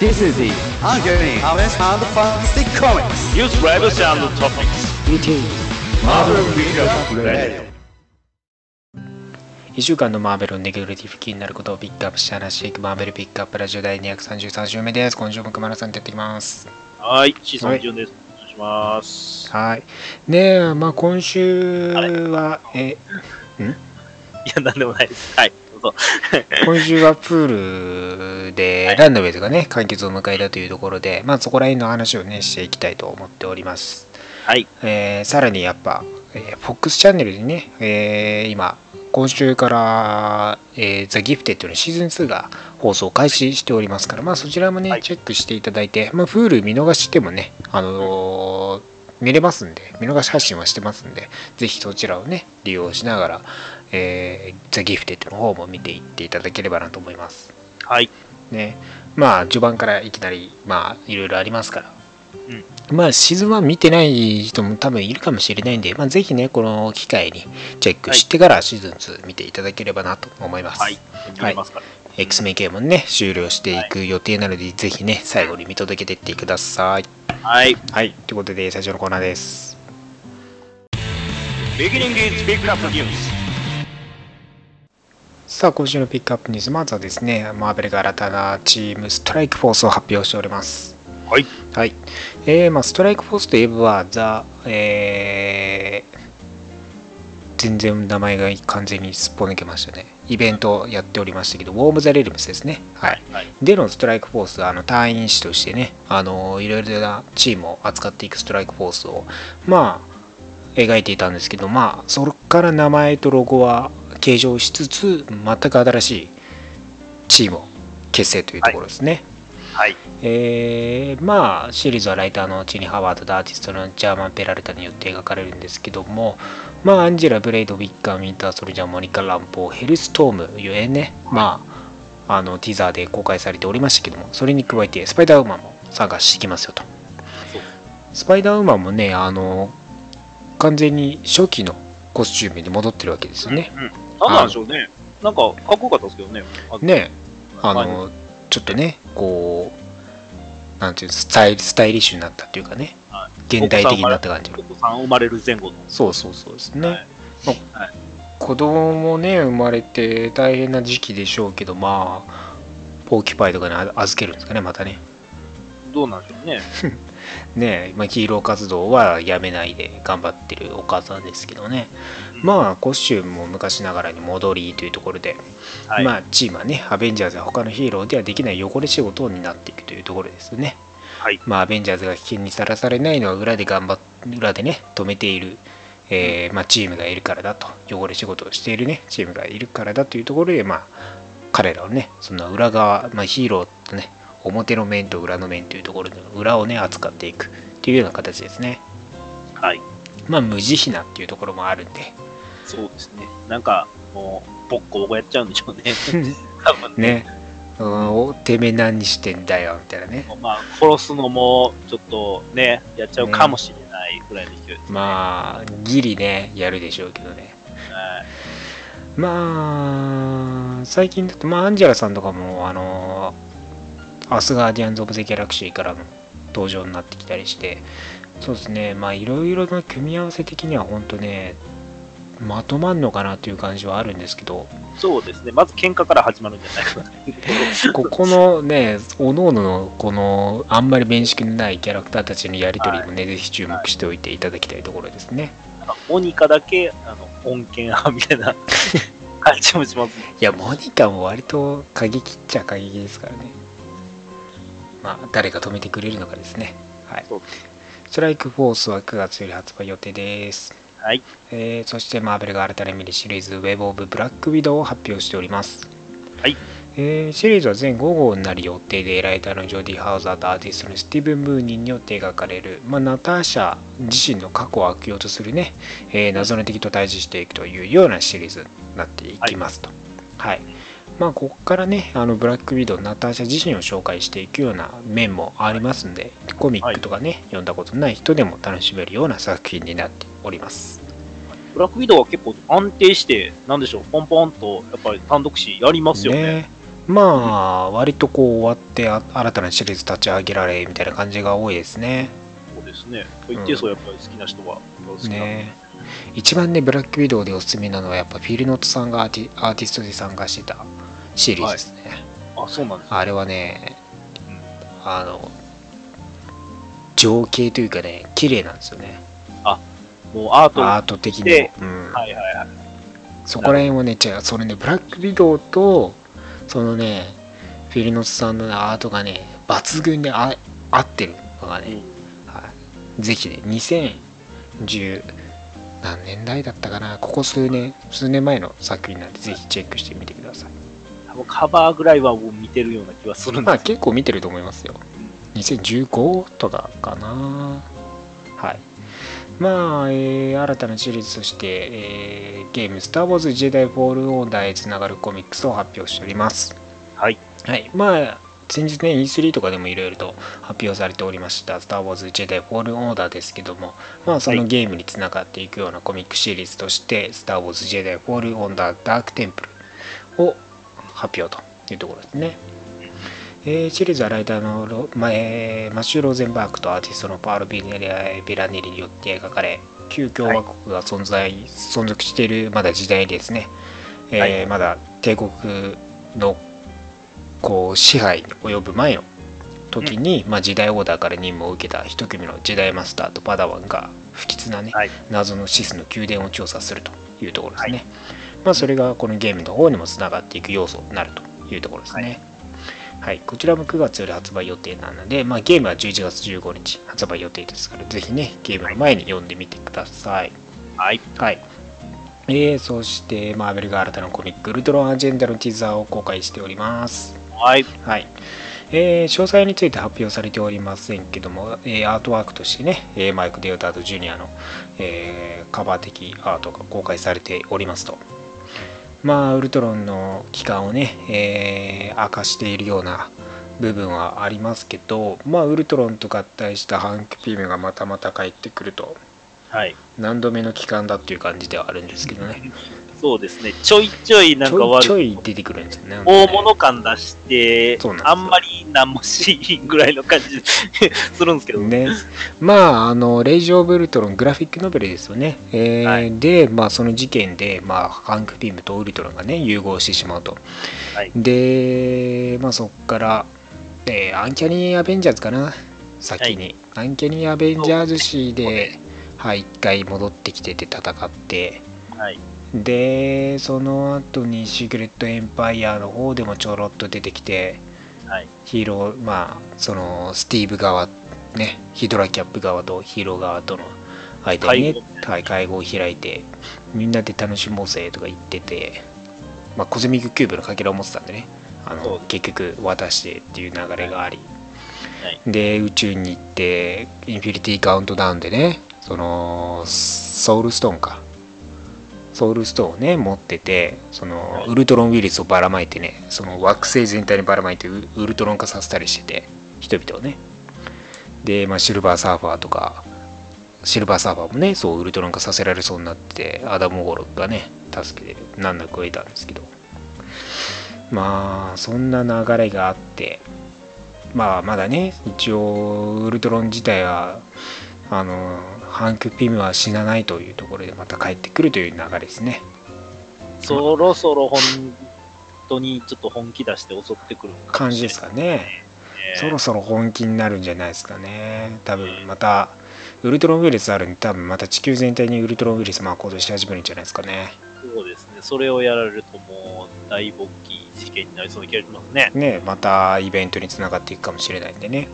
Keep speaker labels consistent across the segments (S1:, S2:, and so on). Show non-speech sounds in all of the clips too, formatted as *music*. S1: This is the Uncanny Avengers and Fantastic Comics
S2: News Rivals and Topics.
S1: Meeting
S2: Marvel Recap Radio.
S3: 1週間のマーベルのネガティブ気になることをピックアップして話していくマーベルピックアップラジオ第233週目です。今週も熊野さんとやっていきます。
S2: はい、シーズン順です。お願いします。
S3: はい。ねえ、まあ今週は、え、
S2: いや、なんでもないです。はい、どうぞ。
S3: 今週はプールでランドウェイズがね、完結を迎えたというところで、まあそこら辺の話をね、していきたいと思っております。
S2: はい、
S3: えーさらにやっぱ、えー、FOX チャンネルでね、えー今、今週から、えー、ザ・ギフテッドのシーズン2が放送開始しておりますから、まあ、そちらもね、
S2: はい
S3: チェックしていただいて、まあ、Hulu 見逃してもね、あのー見れますんで、見逃し発信はしてますんで、ぜひそちらをね、利用しながら、えー、ザ・ギフテッドの方も見ていっていただければなと思います。
S2: はい、
S3: ね、まあ、序盤からいきなり、まあ、いろいろありますから、
S2: うん、
S3: まあ、シーズン1見てない人も多分いるかもしれないんで、まあ、ぜひね、この機会にチェックしてからシーズン2見ていただければなと思います。
S2: はい、読みますから。
S3: X メイケもね、終了していく予定なので、ぜひね、最後に見届けていってください。
S2: はい、
S3: はい、ということで、最初のコーナーです。
S2: Beginning is Pick Up News。
S3: さあ、今週のピックアップニュース、まずはですね、マーベルが新たなチームストライクフォースを発表しております。
S2: はい、
S3: はい。えーまあ、ストライクフォースといえば、ザ、えー全然名前が完全にすっぽ抜けましたね。イベントをやっておりましたけど、ウォーム・ザ・レルムスですね。はい。
S2: はい、
S3: でのストライクフォース、あの隊員士としてね、あのいろいろなチームを扱っていくストライクフォースを、まあ、描いていたんですけど、まあ、そこから名前とロゴは継承しつつ、全く新しいチームを結成というところですね。
S2: はい、
S3: えーまあシリーズはライターのチニ・ハワードとアーティストのジャーマン・ペラルタによって描かれるんですけどもまあアンジェラ・ブレイド・ウィッカー・ウィンター・ソルジャー・モニカ・ランポーヘルストームゆえねまああのティザーで公開されておりましたけどもそれに加えてスパイダーウーマンも参加してきますよと
S2: そう
S3: スパイダーウーマンもねあの完全に初期のコスチュームに戻ってるわけですよね
S2: うん。なんなんでしょうね。なんか、かっこよかったですけどね。あ
S3: ねあ
S2: はい
S3: のちょっとねこうなんていうのスタイスタイリッシュになったっていうかね
S2: は
S3: 現代的になった感じの
S2: お子さん生まれる前後の。
S3: そうそうそうですね、
S2: はい
S3: まあ
S2: はい
S3: 子供もね生まれて大変な時期でしょうけどまあポーキュパイとかにあ預けるんですかねまたね
S2: どうなんでしょうね。
S3: ねまあ、ヒーロー活動はやめないで頑張ってるお母さんですけどね、
S2: うん
S3: まあコスチュームも昔ながらに戻りというところで、
S2: はい、
S3: まあチームはねアベンジャーズや他のヒーローではできない汚れ仕事になっていくというところですよね
S2: はい、
S3: まあ、アベンジャーズが危険にさらされないのは裏で頑張っ裏でね止めている、えーまあ、チームがいるからだと汚れ仕事をしているねチームがいるからだというところで、まあ、彼らをねその裏側、まあ、ヒーローとね表の面と裏の面というところで裏をね扱っていくっていうような形ですね
S2: はい。
S3: まあ無慈悲なっていうところもあるんで
S2: そうですね。なんか、もう、ボッコボコやっちゃうんでしょう *laughs* ね。多分
S3: ねうんおてめえ何してんだよみたいなね
S2: まあ、殺すのも、ちょっとね、やっちゃうかもしれないぐらいの勢いですね。
S3: まあギリねやるでしょうけどね
S2: はい
S3: まあ最近だと、まあ、アンジェラさんとかもあのアスガーディアンズ・オブ・ザ・ギャラクシーからの登場になってきたりしてそうですねまあいろいろな組み合わせ的には本当ねまとまんのかなという感じはあるんですけど
S2: そうですね。まず喧嘩から始まるんじゃないかな。
S3: ここのねおのののこのあんまり面識のないキャラクターたちのやり取りもね、ぜひ注目しておいていただきたいところですね
S2: なんかモニカだけ、あの、恩恵派みたい *laughs* な感じもしますね。
S3: いやモニカも割と過激っちゃ過激ですからねまあ誰が止めてくれるのかですねはい
S2: そうで
S3: ストライクフォースは9月より発売予定です、
S2: はい。
S3: えーそしてマーベルが新たに見るシリーズ「ウェブ・オブ・ブラック・ウィドウ」を発表しております
S2: はい、
S3: えーシリーズは全5号になる予定でライターのジョディ・ハウザーとアーティストのスティーブン・ムーニンによって描かれる、まあ、ナターシャ自身の過去を悪用とするね、えー謎の敵と対峙していくというようなシリーズになっていきますとはい、まあここからねあのブラックウィドウナターシャ自身を紹介していくような面もありますんでコミックとかね、読んだことない人でも楽しめるような作品になっております
S2: ブラックウィドウは結構安定して、なんでしょう、ポンポンと、やっぱり単独誌やりますよね。
S3: ねまあ割とこう終わってあ新たなシリーズ立ち上げられみたいな感じが多いですね。
S2: そうですね。一定層やっぱり好きな人は、好きな、
S3: ね一番ねブラックウィドウでおすすめなのはやっぱフィルノットさんがアーティアーティストで参加してたシリーズですね。
S2: あ、そうなんですね
S3: あれはねあの情景というかね綺麗なんですよね
S2: もうアート
S3: アート的に
S2: で
S3: も、うん
S2: はいはいはい。
S3: そこら辺はね違うそれねブラックウィドウとそのねフィルノスさんのねアートがね抜群であ合ってるのがね、はい、ぜひね2010何年代だったかなここ数年数年前の作品なんでぜひチェックしてみてください
S2: 多分カバーぐらいはもう見てるような気がするん
S3: ま
S2: で
S3: あ
S2: す
S3: 結構見てると思いますよ2015とかかなはいまあ、えー新たなシリーズとして、えーゲーム「スター・ウォーズ・ジェダイ・フォール・オーダー」へつながるコミックスを発表しております
S2: はい
S3: はいまあ先日ね E3 とかでもいろいろと発表されておりました「スター・ウォーズ・ジェダイ・フォール・オーダー」ですけどもまあそのゲームにつながっていくようなコミックシリーズとして「スター・ウォーズ・ジェダイ・フォール・オーダー・ダーク・テンプル」を発表というところですねえーシリーズはライターのロ、まえーマシュー・ローゼンバーグとアーティストのパール・ビネリア・ビラネリによって描かれ旧共和国が存在、存続しているまだ時代ですね、えー
S2: はい
S3: まだ帝国のこう支配に及ぶ前の時に、まあ、時代オーダーから任務を受けた一組の時代マスターとパダワンが不吉なね、
S2: はい
S3: 謎のシスの宮殿を調査するというところですね、
S2: は
S3: まあ、それがこのゲームの方にもつながっていく要素になるというところですね、はいこちらも9月より発売予定なので、まあ、ゲームは11月15日発売予定ですからぜひねゲームの前に読んでみてください
S2: はい。
S3: はい、えー、そしてマーベルが新たなコミック「ウルトロンアジェンダ」のティザーを公開しております
S2: はい。
S3: はいえー詳細について発表されておりませんけども、えーアートワークとしてね、えーマイク・デオタード・ジュニアの、えーカバー的アートが公開されておりますとまあウルトロンの期間をね、えー明かしているような部分はありますけどまあウルトロンと合体したハンク・ピムがまたまた帰ってくると
S2: はい。
S3: 何度目の期間だっていう感じではあるんですけどね
S2: そうですね。ちょいちょいなん
S3: ち
S2: か
S3: ょい
S2: 悪い
S3: ちょい出てくるんですよね
S2: 大物感出して、
S3: そうなんですよ
S2: あんまり何もしんぐらいの感じするんです *laughs* けど、
S3: ね、まああの「レイジ・オブ・ウルトロン」グラフィックノベルですよね、えー
S2: は
S3: で、まあ、その事件で、まあ、ハンク・ピムとウルトロンがね融合してしまうと、
S2: はい
S3: で、まあ、そこから、えーアンキャニー・アベンジャーズかな先に、アンキャニー・アベンジャーズ誌
S2: そう
S3: で
S2: ね、
S3: はい一回戻ってきてて戦って
S2: はい、
S3: でその後にシークレット・エンパイアの方でもちょろっと出てきて
S2: はい、
S3: ヒーローまあそのスティーブ側ねヒドラキャップ側とヒーロー側との間にね
S2: 会合
S3: はい会合を開いてみんなで楽しもうぜとか言ってて、まあ、コズミックキューブのかけらを持ってたんでねあ
S2: そう
S3: の
S2: です
S3: 結局渡してっていう流れがあり、
S2: はい
S3: で宇宙に行ってインフィニティカウントダウンでねそのソウルストーンかソウルストーンをね持っててその
S2: はい
S3: ウルトロンウイルスをばらまいてねその惑星全体にばらまいてウウルトロン化させたりしてて人々をねで、まあ、シルバーサーファーとかシルバーサーファーもねそうウルトロン化させられそうになってアダム・ゴロがね助けて難なく得たんですけどまあそんな流れがあってまあまだね一応ウルトロン自体はあのハンク・ピムは死なないというところでまた帰ってくるという流れですね
S2: そろそろ本当にちょっと本気出して襲ってくる
S3: 感じです
S2: か
S3: かね
S2: ね
S3: そろそろ本気になるんじゃないですかね多分またウルトロンウイルスあるんで多分また地球全体にウルトロンウイルスまあ行動し始めるんじゃないですかね
S2: そうですね、それをやられるともう大勃起事件になりそうな気がしますね。
S3: ねまたイベントにつながっていくかもしれないんでね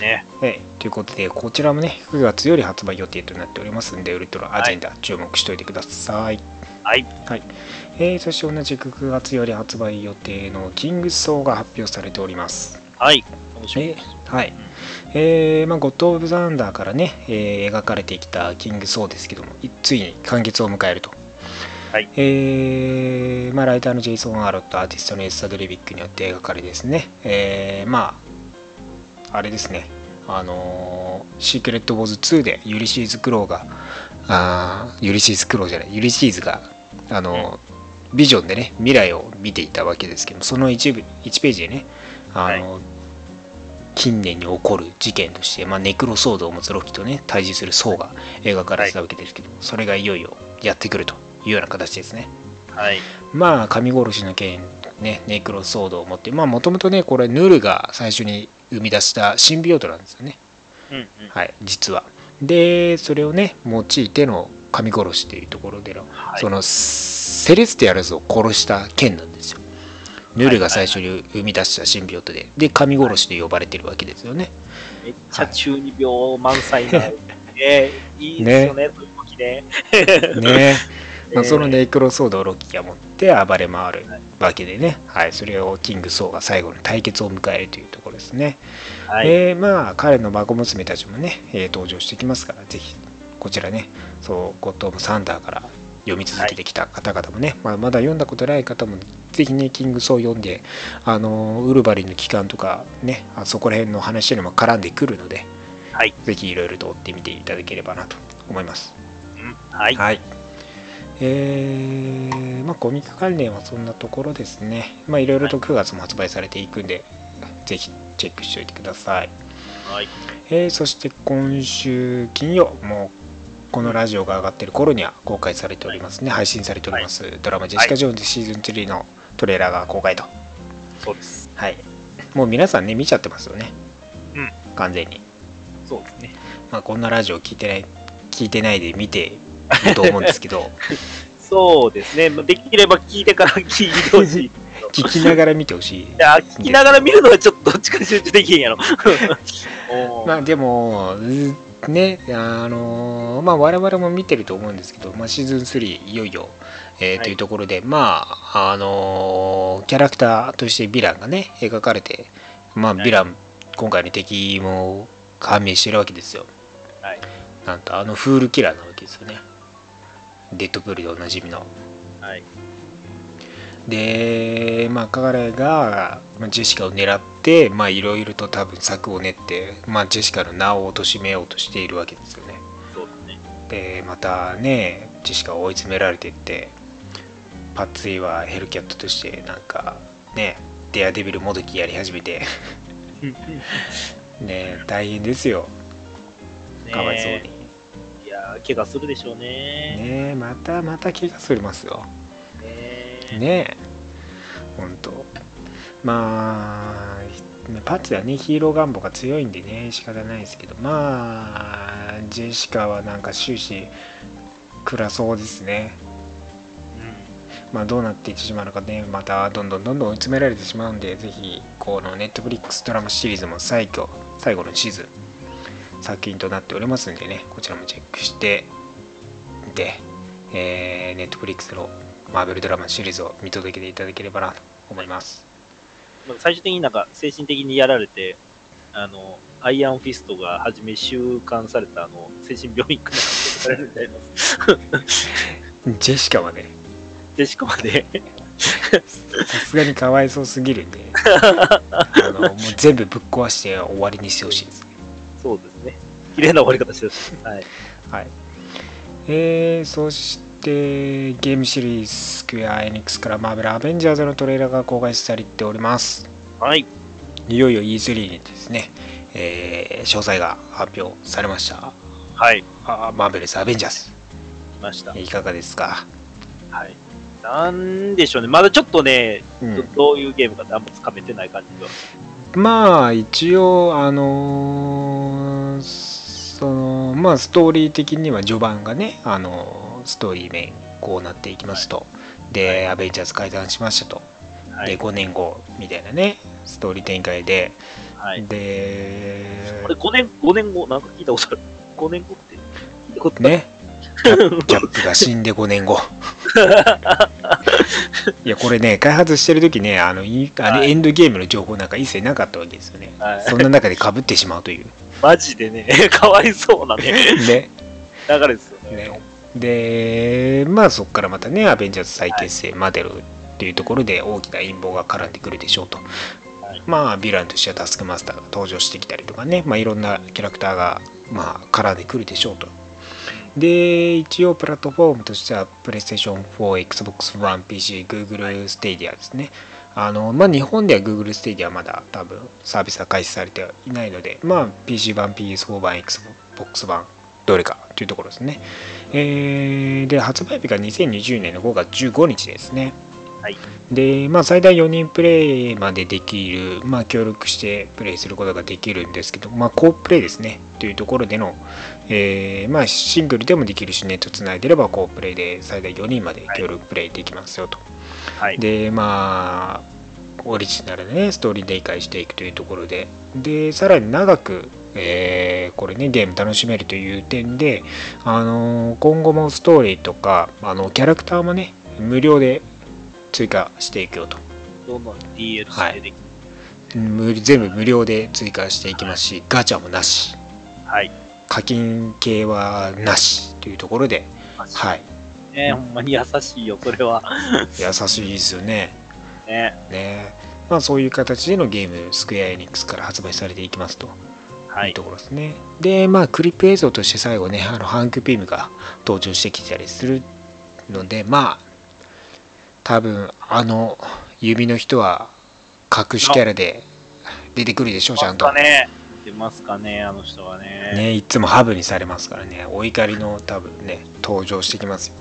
S2: ね
S3: はい、ということでこちらもね9月より発売予定となっておりますんでウルトラアジェンダ、注目しておいてください、
S2: はい、
S3: えーそして同じく9月より発売予定のキングスソーが発表されております
S2: はい、楽しみです。
S3: はいえーまあ、ゴッド・オブ・ザ・アンダーからね、えー描かれてきたキング・ソーですけどもいついに完結を迎えると、
S2: はい
S3: えーまあ、ライターのジェイソン・アーロットアーティストのエスタ・ドレビックによって描かれですね、えーまああれですねあのーシークレット・ウォーズ2でユリシーズ・クローがあーユリシーズ・クローじゃないユリシーズがあのービジョンでね未来を見ていたわけですけどその一部1ページでねあの、近年に起こる事件として、まあ、ネクロソードを持つロキとね対峙する層が描かれてたわけですけど、それがいよいよやってくるというような形ですね。
S2: はい。
S3: まあ神殺しの剣ねネクロソードを持ってまあもともとねこれヌルが最初に生み出したシンビオートなんですよね
S2: うんうん。
S3: はい実はでそれをね用いての神殺しというところでの、
S2: はい。
S3: そのセレスティアルズを殺した剣なんですよヌルが最初に生み出したシンビオートでで神殺しと呼ばれてるわけですよね
S2: めっちゃ中二病満載な。 *laughs* えー、いいですよね、そういう時ね。 *laughs*
S3: ねまあ、
S2: えー
S3: そのネクロソードをロキが持って暴れ回るわけでね、はい、それをキング・ソーが最後の対決を迎えるというところですね、
S2: はい。
S3: えーまあ彼の孫娘たちもね、えー登場してきますからぜひこちらねそうゴッド・オブ・サンダーから読み続けてきた方々もね、まあ、まだ読んだことない方もぜひねキングソー読んであのーウルバリンの帰還とかねあそこら辺の話にも絡んでくるので、
S2: はい
S3: ぜひいろいろと追ってみていただければなと思います
S2: うんはい。
S3: はい。えーまあ、コミック関連はそんなところですね。まあ、いろいろと9月も発売されていくんで、ぜひチェックしておいてください。
S2: はい。
S3: えーそして今週金曜、もうこのラジオが上がってる頃には公開されておりますね、配信されております、ドラマ「ジェシカ・ジョーンズシーズン3」のトレーラーが公開と。
S2: そうです。
S3: はい。もう皆さんね、見ちゃってますよね。
S2: うん。
S3: 完全に。
S2: そうですね。
S3: まあ、こんなラジオ聞いてない、聞いてないで見てると思うんですけ
S2: *laughs*
S3: ど、
S2: そうですね。まあできれば聞いてから *laughs* 聞いてほしい。い
S3: 聞きながら見てほしい。 *laughs*
S2: や、聞きながら見るのはちょっとどっちか集中できへんやろ。 *laughs* おー
S3: まあでもうねあのーまあ我々も見てると思うんですけど、まあ、シーズン3いよいよ、えー
S2: はい
S3: というところでまああのーキャラクターとしてヴィランがね描かれてまあ
S2: は
S3: ヴ
S2: い
S3: ィラン、今回の敵も判明してるわけですよ
S2: はい。
S3: なんとあのフールキラーなわけですよねデッドプールでおなじみの
S2: はい。
S3: でまあ彼がまあジェシカを狙ってまあいろいろと多分策を練ってまあジェシカの名を貶めようとしているわけですよね
S2: そうですね。
S3: でまたねジェシカを追い詰められていってパッツィはヘルキャットとしてなんかねデアデビルもどきやり始め
S2: *laughs*
S3: てね大変ですよかわいそうに
S2: ねえいやー、怪我するでしょうね。
S3: ねまたまた怪我すりますよ
S2: ねえ
S3: ねえほんとまあひパッツはねヒーロー願望が強いんでね仕方ないですけどまあジェシカはなんか終始暗そうですねまあどうなっていってしまうのかねまたどんどんどんどん追い詰められてしまうんでぜひこのネットフリックスドラマシリーズも最強最後のシーズン作品となっておりますんでねこちらもチェックしてで、えー、ネットフリックスのマーベルドラマシリーズを見届けていただければなと思います
S2: なんか最終的になんか精神的にやられて、あの、アイアンフィストがはじめ収監されたあの、精神病院からされるみたいな。
S3: ジェシカはね
S2: で、しかもね、 *laughs*
S3: さすがにかわいそうすぎるんであのもう全部ぶっ壊して終わりにしてほしいです
S2: そうですね。綺麗な終わり方してるし。はい。
S3: はい、えー、そしてゲームシリーズスクエア・エニックスからマーベル・アベンジャーズのトレーラーが公開されております
S2: はい。
S3: いよいよ E3 にですね、えー詳細が発表されました
S2: はい。
S3: あーマーベルス・アベンジャー
S2: 来ました
S3: ズ。いかがですか、
S2: はい。なんでしょうね。まだちょっとね、
S3: うん、
S2: どういうゲームかってあんまつかめてない感じが。
S3: まあ一応あのーそのまあストーリー的には序盤がねあのーストーリーメインこうなっていきますと、で、アベンジャーズ解散しましたと
S2: は
S3: で
S2: い。
S3: 5年後みたいなねストーリー展開で、
S2: はい。
S3: で
S2: これ5年、5年後、なんか聞いたことある。5年後って。聞いたことない。 *laughs*
S3: ねキャキャップが死んで5年後いやこれね開発してる時ねあのいあ
S2: は
S3: れ
S2: い
S3: エンドゲームの情報なんか一切なかったわけですよね
S2: はい
S3: そんな中でかぶってしまう
S2: *laughs*
S3: という
S2: マジでね、 *laughs* かわいそう
S3: *laughs*
S2: なね、
S3: ね
S2: 流れですよね。
S3: ねでまあそこからまたねアベンジャーズ再結成までるっていうところで大きな陰謀が絡んでくるでしょうと、
S2: い
S3: まあヴィランとしてはタスクマスターが登場してきたりとかねまあいろんなキャラクターがまあ絡んでくるでしょうとで一応プラットフォームとしては PlayStation 4、Xbox One、PC、Google Stadia ですね。あのまあ、日本では Google Stadia はまだ多分サービスは開始されてはいないので、まあ、PC 版、PS4 版、Xbox 版、どれかというところですね。えーで発売日が2020年の5月15日ですね。
S2: はい。
S3: で、まあ、最大4人プレイまでできる、まあ、協力してプレイすることができるんですけど、まあ、コープレイですね、というところでの、えーまあ、シングルでもできるし、ネットつないでればコープレイで最大4人まで協力プレイできますよと。
S2: はい。
S3: で、まあ、オリジナルでね、ストーリー展開していくというところで、で、さらに長く、えーこれね、ゲーム楽しめるという点で、あのー今後もストーリーとか、あの、キャラクターもね、無料で追加していくよと。
S2: どんどん DLC 出てきて、
S3: 無全部無料で追加していきますし、ガチャもなし、
S2: はい。
S3: 課金系はなしというところで、
S2: は
S3: はい、
S2: い。ね、ほんまに優しいよ、それは。
S3: 優しいですよね。
S2: ね。
S3: ねまあ、そういう形でのゲーム、スクエア・エニックスから発売されていきますと。、
S2: はい
S3: う
S2: い
S3: と。ころですね。で、まあ、クリップ映像として最後ね、あのハンク・ピームが登場してきたりするので、まあ、多分あの指の人は隠しキャラで出てくるでしょう、ちゃんと。
S2: ますかね。出ますかね、あの人はね。
S3: ね、いつもハブにされますからね、お怒りの多分ね、登場してきますよ。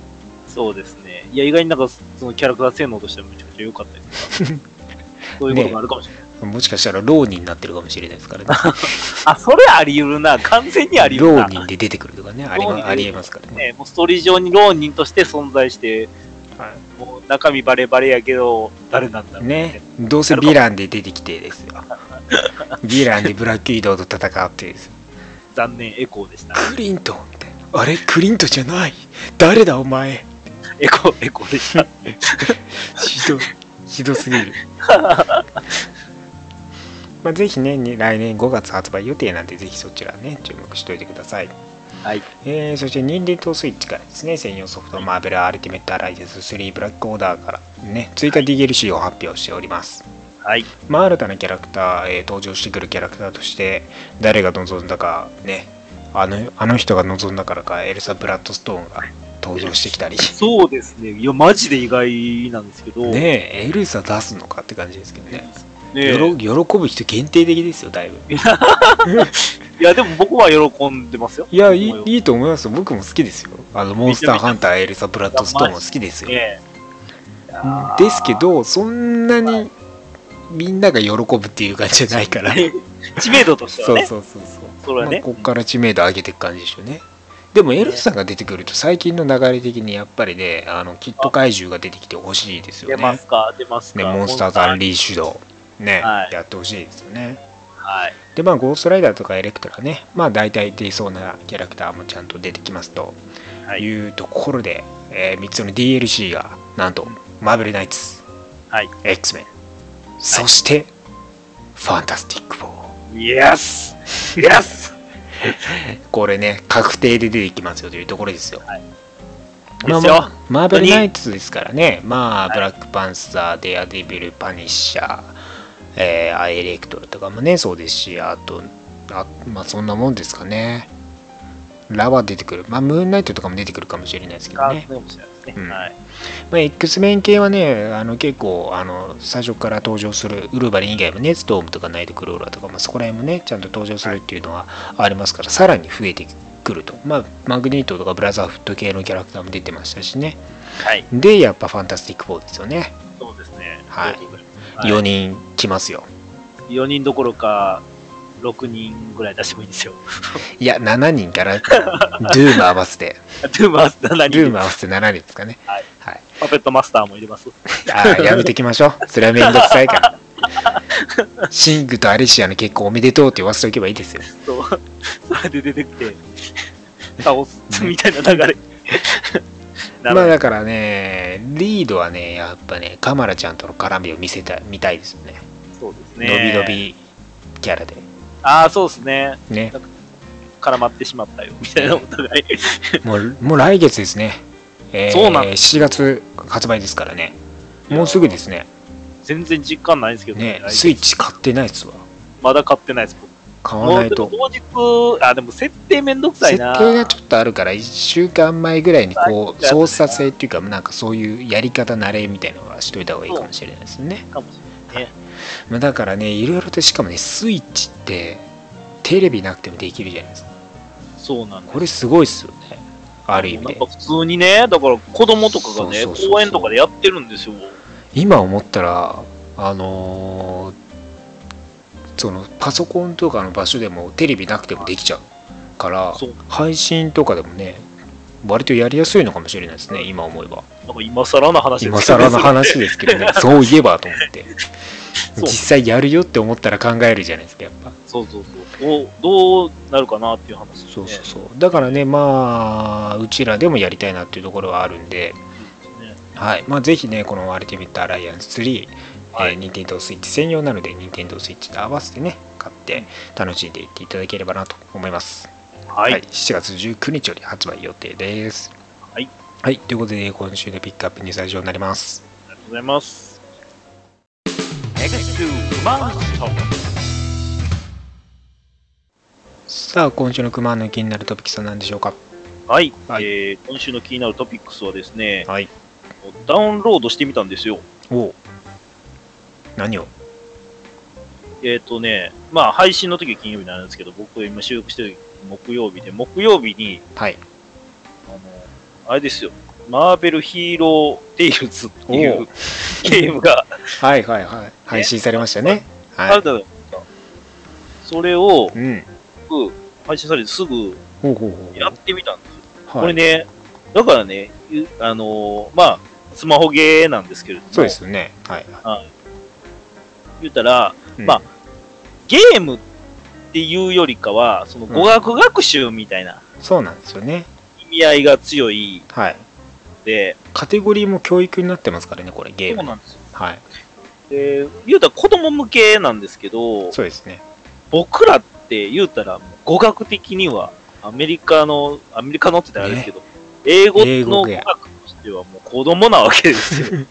S2: そうですね。いや、意外になんか、そのキャラクター性能としてはめちゃくちゃ良かったりとか、
S3: *laughs*
S2: そういうことがあるかもしれない。
S3: もしかしたら浪人になってるかもしれないですからね。
S2: *laughs* あ、それあり得るな。完全にあり得るな。
S3: 浪人で出てくるとかね、あり,、
S2: 浪人で
S3: ありえますからね。
S2: ね、もうストーリー上に浪人として存在して、
S3: は
S2: もう中身バレバレやけど、誰なんだろう
S3: ね、どうせヴィランで出てきてですよ。ヴィランでブラック移動と戦ってですよ
S2: 残念、エコーで
S3: *laughs*
S2: した。
S3: クリントンみたいな。あれクリントンじゃない誰だお前
S2: エコー、エコーでした。
S3: ひどいひどすぎる。まあ、ぜひね、に来年5月発売予定なんで、ぜひそちらね、注目しておいてください。
S2: はい。
S3: えーそして、任天堂スイッチからですね、専用ソフト、マーベル・アルティメット・アライゼンス3ブラック・オーダーからね、追加 DLC を発表しております。
S2: はい。
S3: まあ、新たなキャラクター、えー登場してくるキャラクターとして、誰が望んだか、ね、あのあの人が望んだからか、エルサ・ブラッドストーンが登場してきたり、
S2: そうですね。いや、マジで意外なんですけど、
S3: ねえ、エルサ出すのかって感じですけどね。
S2: ね
S3: よろ喜ぶ人限定的ですよ、だいぶ。
S2: いや、でも僕は喜んでますよ。
S3: いや、いいいいと思いますよ。僕も好きですよ。あの、モンスターハンター、エルサ・ブラッドストーンも好きですよ。
S2: ね
S3: うんですけ、ど、そんなにみんなが喜ぶっていう感じじゃないから。
S2: ね知名度としては
S3: そう
S2: ね、
S3: そうそうそう。
S2: それはね
S3: まあこっから知名度上げていく感じでしょうね。でも、エルサが出てくると、最近の流れ的にやっぱりね、あの、キット怪獣が出てきてほしいです
S2: 出
S3: よ
S2: ま
S3: ね
S2: す。か、出ますか。
S3: ね、モンスターズ・アンリーシュド、ね、
S2: はい
S3: やってほしいですよね。
S2: はい。
S3: でまあゴーストライダーとかエレクトラねまあ大体出そうなキャラクターもちゃんと出てきますと
S2: はい
S3: いうところで、え3つの DLC がなんとマーベルナイツ、
S2: はい、
S3: X メンそして、ファンタスティック4
S2: イエスイエス
S3: これね確定で出てきますよというところですよ、
S2: はい
S3: まあ
S2: ですよ
S3: まあマーベルナイツですからねまあ、ブラックパンサーデアデビルパニッシャー、えー、アイエレクトラとかもねそうですしあとあまあそんなもんですかねラは出てくるまあムーンナイトとかも出てくるかもしれないですけど
S2: あ、
S3: ね、
S2: そうかもしれないですね。
S3: うん
S2: はい。
S3: まあ、X メン系はねあの結構あの最初から登場するウルヴァリン以外もねストームとかナイトクローラーとか、まあ、そこら辺もねちゃんと登場するっていうのはありますから、さらに増えてくるとまあマグネートとかブラザーフット系のキャラクターも出てましたしね
S2: はい。
S3: でやっぱファンタスティック4ですよね、
S2: そうですね。
S3: はい
S2: はい
S3: 4人来ますよ
S2: 4人どころか、6人ぐらい出してもいいんですよ。 *laughs*
S3: いや7人からドゥーム合わせ
S2: *laughs*
S3: て
S2: ドゥーマース7
S3: ドゥー
S2: 人
S3: ム合わせて7人ですか
S2: *laughs*
S3: ね
S2: はい、
S3: はい、
S2: パペットマスターも入れます。
S3: ああやめてきましょうそれはめんどくさいからシングとアレシアの結婚おめでとうって言わせておけばいいですよ
S2: そう。 *laughs* それで出てきて、倒すみたいな流れ。な
S3: *laughs* まあ
S2: る
S3: だからね、リードはね、やっぱね、カマラちゃんとの絡みを見せた見たいですよね。
S2: ほど。そうです
S3: 伸び
S2: ね。
S3: 伸。びキャラで。
S2: ああ、そうですね。
S3: ね、
S2: 絡まってしまったよ、みたいなお互い。
S3: もうもう来月ですね。えー
S2: そうなんで
S3: 7月発売ですからね。もうすぐですね。
S2: 全然実感ないんですけど
S3: ね
S2: ね、。
S3: スイッチ買ってないっすわ。
S2: まだ買ってないです、僕。
S3: 買わ
S2: も
S3: な
S2: う
S3: い
S2: でも
S3: と。
S2: 当日、あ、でも設定めんどくさい
S3: 設
S2: な。
S3: 定がちょっとあるから、1週間前ぐらいにこう
S2: あ
S3: 操作性っていうか、なんかそういうやり方慣れみたいなのはしといた方がいいかもしれないですね。
S2: かもしれないね。
S3: まあだからね、いろいろと、しかもね、スイッチってテレビなくてもできるじゃないですか。
S2: そうなんだ。
S3: これすごいっすよね。ある意味
S2: なん
S3: で
S2: か。普通にね、だから子供とかが
S3: そう
S2: ね、
S3: そうそうそう
S2: 公園とかでやってるんですよ。
S3: 今思ったら、あのーそのパソコンとかの場所でもテレビなくてもできちゃうから
S2: そう、
S3: 配信とかでもね、割とやりやすいのかもしれないですね、今思えば。
S2: なんか今更の話です
S3: 今更の話ですけどねそういえばと思って
S2: そう
S3: 実際やるよって思ったら考えるじゃないですかやっぱ
S2: *laughs* そうそうそう。どう、どうなるかなっていう話、ね。
S3: そうそうそうだからねまあうちらでもやりたいなっていうところはあるんで、
S2: ね
S3: はいまあ、ぜひねこの「アルティメットアライアンス3」
S2: は
S3: えー、
S2: い
S3: Nintendo Switch 専用なので Nintendo Switch と合わせてね買って楽しんでいっていただければなと思います
S2: はい。
S3: はい、7月19日より発売予定です
S2: はい、
S3: はい、ということで今週のピックアップニュースは以上になります
S2: ありがとうございます。
S3: さあ今週のクマの気になるトピックスは何でしょうか
S2: はい、
S3: はい
S2: えー今週の気になるトピックスはですね、
S3: はい
S2: ダウンロードしてみたんですよ。
S3: おう何を
S2: えっ、とね、まあ配信の時は金曜日なんですけど、僕が今収録してる木曜日で、木曜日に、
S3: はい
S2: あの、あれですよ、マーベルヒーローテイルズってい
S3: お
S2: う
S3: う
S2: ゲームが
S3: はいはいはい配信されましたね
S2: あ
S3: は
S2: るじゃないですか。それを
S3: いうん
S2: 僕配信されてすぐ
S3: ほうほうほう
S2: やってみたんですよ。
S3: はい
S2: これね、だからね、ゆあのーまあ、スマホゲーなんですけれども、
S3: そうですよねはいは
S2: 言ったら、
S3: い
S2: まあゲームっていうよりかは、その
S3: うん
S2: 語学学習みたいな
S3: うんそうなんですよね
S2: 意味合いが強い
S3: はい
S2: ので、
S3: カテゴリーも教育になってますからねこれゲ
S2: そ
S3: ー
S2: う
S3: ム
S2: なんですよ。
S3: はい
S2: で、言うたら子供向けなんですけど、
S3: そうですね
S2: 僕らって言うたら、語学的には、アメリカの、アメリカのって言ったらあれですけど、英語
S3: 英
S2: の
S3: 語
S2: 語
S3: や
S2: 学としてはもう子供なわけです *laughs* よ。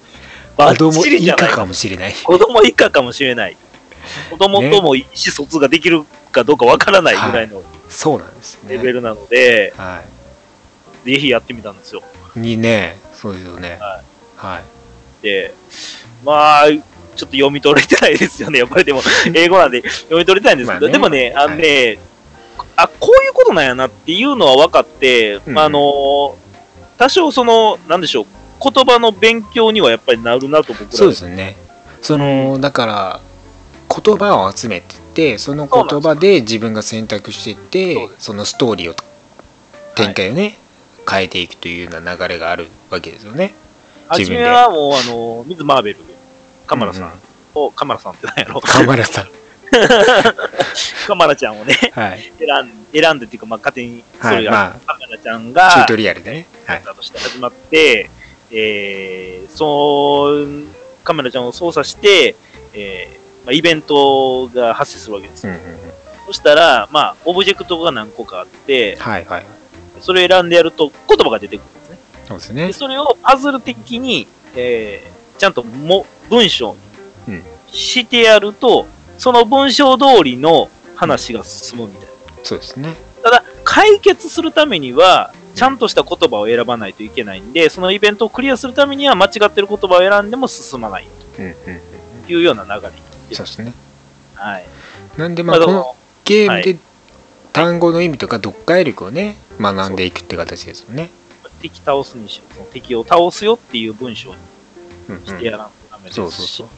S2: バ
S3: 子
S2: ッ
S3: 供
S2: チリ
S3: 以
S2: じゃな
S3: 下
S2: い
S3: かもしれない
S2: 子供以下かもしれない。子供とも意思疎通ができるかどうかわからないぐらいの
S3: そうなんですよ
S2: レベ
S3: ね
S2: ルなので、
S3: は
S2: ぜひやってみたんですよ。
S3: いにねそうですよね
S2: は
S3: はい
S2: で、まあ、ちょっと読み取れてないですよね。やっぱりでも、英語なん
S3: *laughs*
S2: で読み取れてないんですけど、
S3: まあね
S2: でもね、あのね、あ、こういうことなんやなっていうのは分かって、
S3: うん
S2: まあ、あの、多少その、なんでしょう、言葉の勉強にはやっぱりなるなと僕らは
S3: そうですよね。その、だから言葉を集めてってその言葉で自分が選択していって
S2: そう
S3: そのストーリーを展開をね、変えていくというような流れがあるわけですよね。
S2: 初めはもう、あの、水マーベル、カマラさ
S3: うん
S2: を、カマラさんってなんやろ、
S3: カマラ
S2: *laughs*
S3: さん。
S2: カマラちゃんをね、
S3: はい。
S2: 選ん選んでっていうか、まあ、勝手にそ
S3: は
S2: れ
S3: い。
S2: が、
S3: ま
S2: カメラちゃん
S3: あチュー
S2: が
S3: トリアルでね。はい。
S2: として始まって、えー、そうカメラちゃんを操作して、えーまあ、イベントが発生するわけです
S3: うん
S2: よ、
S3: うんうん。
S2: そしたら、まあ、オブジェクトが何個かあって
S3: はいはい。
S2: それを選んでやると言葉が出てくるんですね
S3: そうです
S2: で
S3: ね。
S2: それをパズル的に、えーちゃんとも文章
S3: う
S2: に
S3: ん
S2: してやると、その文章通りの話が進むみたいな
S3: そうですね。
S2: ただ、解決するためには、ちゃんとした言葉を選ばないといけないんで、そのイベントをクリアするためには、間違ってる言葉を選んでも進まない
S3: うんうんうん。
S2: というような流れになって
S3: そ
S2: る
S3: うですね。
S2: はい。
S3: なんで
S2: ま
S3: ま
S2: あ、
S3: あ
S2: で
S3: この
S2: も、
S3: ゲームで単語の意味とか読解力をね学んでいくって形ですよね。
S2: 敵倒すにしろ、その敵を倒すよっていう文章に
S3: うんうん
S2: してやらんとダメで
S3: そう
S2: す
S3: そう
S2: し
S3: そう、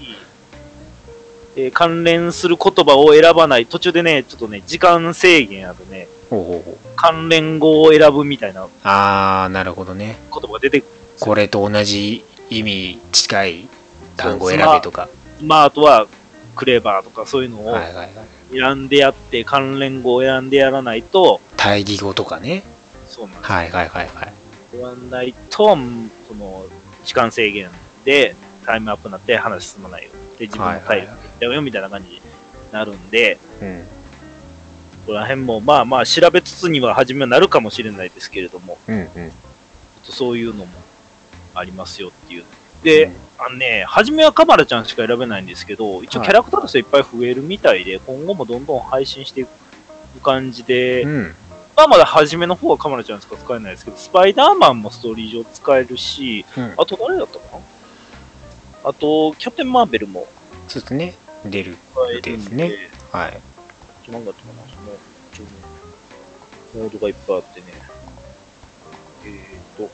S2: えー関連する言葉を選ばない、途中でね、ちょっとね、時間制限あとね、
S3: ほうほうほう。
S2: 関連語を選ぶみたいな
S3: あーなるほどね。
S2: 言葉が出てくる。
S3: これと同じ意味近い単語選べとか。
S2: スマートはクレバーとかそういうのを
S3: はいはいはい。
S2: 選んでやって、関連語を選んでやらないと、
S3: 対義語とかね。
S2: そうなんで
S3: はいはいはいはい。
S2: す。やらないと、うんその、時間制限でタイムアップになって話進まないよ。で、自分の体力だよみたいな感じになるんで、
S3: うん。
S2: ここら辺もまあまあ調べつつには初めはなるかもしれないですけれども、
S3: うんうん。
S2: そういうのもありますよっていう。で、
S3: うん
S2: あのね、初めはカバラちゃんしか選べないんですけど、一応
S3: はい
S2: キャラクターとしていっぱい増えるみたいで、今後もどんどん配信していく感じで、
S3: うん
S2: まあまだ初めの方はカマラちゃんしか使えないですけど、スパイダーマンもストーリー上使えるし、
S3: うん
S2: あと誰だったかなあと、キャプテン・マーベルも
S3: そうですね出る
S2: 使える
S3: で
S2: ん
S3: す
S2: で、
S3: ねはい
S2: 何だったかなその、ちょっとモードがいっぱいあってね。えーと、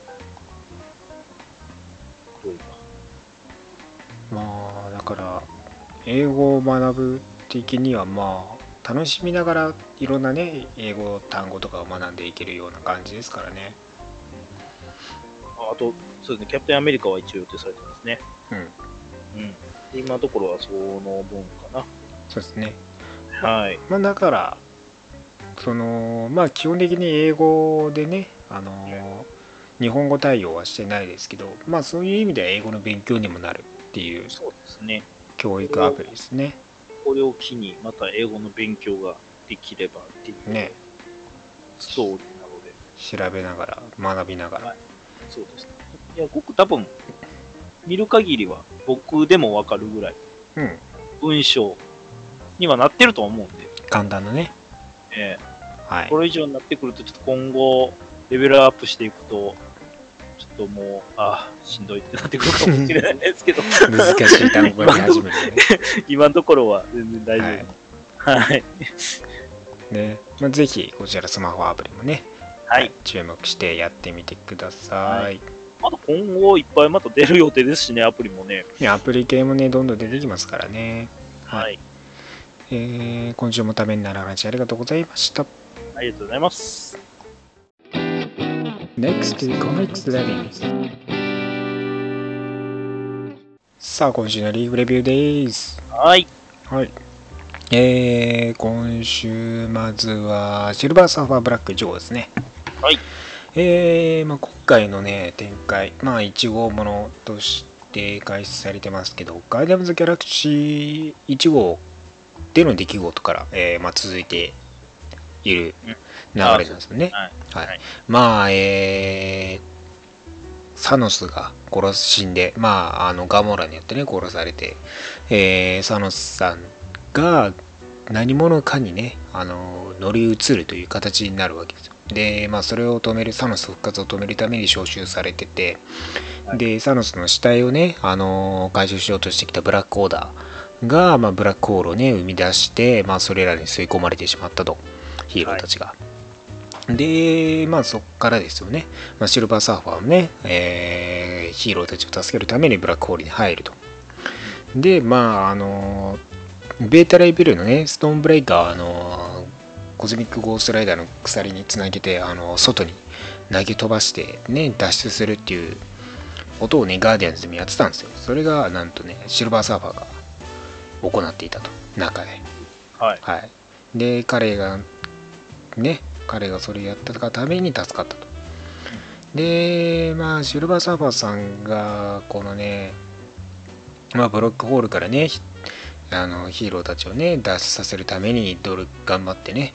S2: どれだ
S3: まあだから英語を学ぶ的にはまあ楽しみながらいろんなね英語単語とかを学んでいけるような感じですからね
S2: ああと、そうですね、キャプテン・アメリカは一応予定されてますね。
S3: うん
S2: うん。で今のところはその分か
S3: そうですね
S2: な。はい。
S3: まあだからそのまあ基本的に英語でねあの日本語対応はしてないですけどまあそういう意味では英語の勉強にもなるっていう
S2: そうですね。
S3: 教育アプリですね
S2: これを機に、また英語の勉強ができればっていう
S3: ね
S2: ストーリーなので、
S3: 調べながら学びながら
S2: そうですね。いや、ごく多分、見る限りは僕でもわかるぐらい、
S3: うん
S2: 文章にはなってると思うんで、
S3: 簡単なね
S2: えー
S3: はい
S2: これ以上になってくると、ちょっと今後、レベルアップしていくと、ちょっともう、ああ、しんどいってなってくるかもしれないですけど、
S3: 難しい単語が出始めてね
S2: *laughs* 今のところは全然大丈夫。はい。
S3: ね、まあ、ぜひこちらスマホアプリもね、
S2: はい。
S3: 注目してやってみてください、い
S2: まだ今後いっぱいまた出る予定ですしね、アプリもね。
S3: やアプリ系もねどんどん出てきますからね、
S2: はいい。
S3: えー今週もためになる話ありがとうございました
S2: ありがとうございます。
S3: NEXT COMICS l e v i さあ今週のリーグレビューです
S2: はい。
S3: はいえー、今週まずはシルバーサーファーブラックジョーですね
S2: はい
S3: えーまあ、今回のね展開まあ1号ものとして開始されてますけどガイダムズ・ギャラクシー1号での出来事から、えーまあ、続いている流れなんですよね、
S2: はい。
S3: はい
S2: はい
S3: まあえーサノスが殺す死んで、まあ、あのガモラによってね殺されて、えーサノスさんが何者かにねあの乗り移るという形になるわけですよで、まあ、それを止めるサノス復活を止めるために招集されてて、
S2: はい
S3: でサノスの死体をねあの回収しようとしてきたブラックオーダーが、まあ、ブラックホールをね生み出して、まあ、それらに吸い込まれてしまったとヒーローたちが、でまあそっからですよね、まあ、シルバーサーファーもね、えーヒーローたちを助けるためにブラックホールに入るとでまああのベータレイビルのねストーンブレイカーあのコズミックゴーストライダーの鎖につなげてあの外に投げ飛ばしてね脱出するっていうことをねガーディアンズでもやってたんですよそれがなんとねシルバーサーファーが行っていたと中で
S2: はい。
S3: はい、で彼がね彼がそれやったがために助かったとでまあシルバーサーファーさんがこのね、まあ、ブロックホールからねひあのヒーローたちをね脱出させるために努力頑張ってね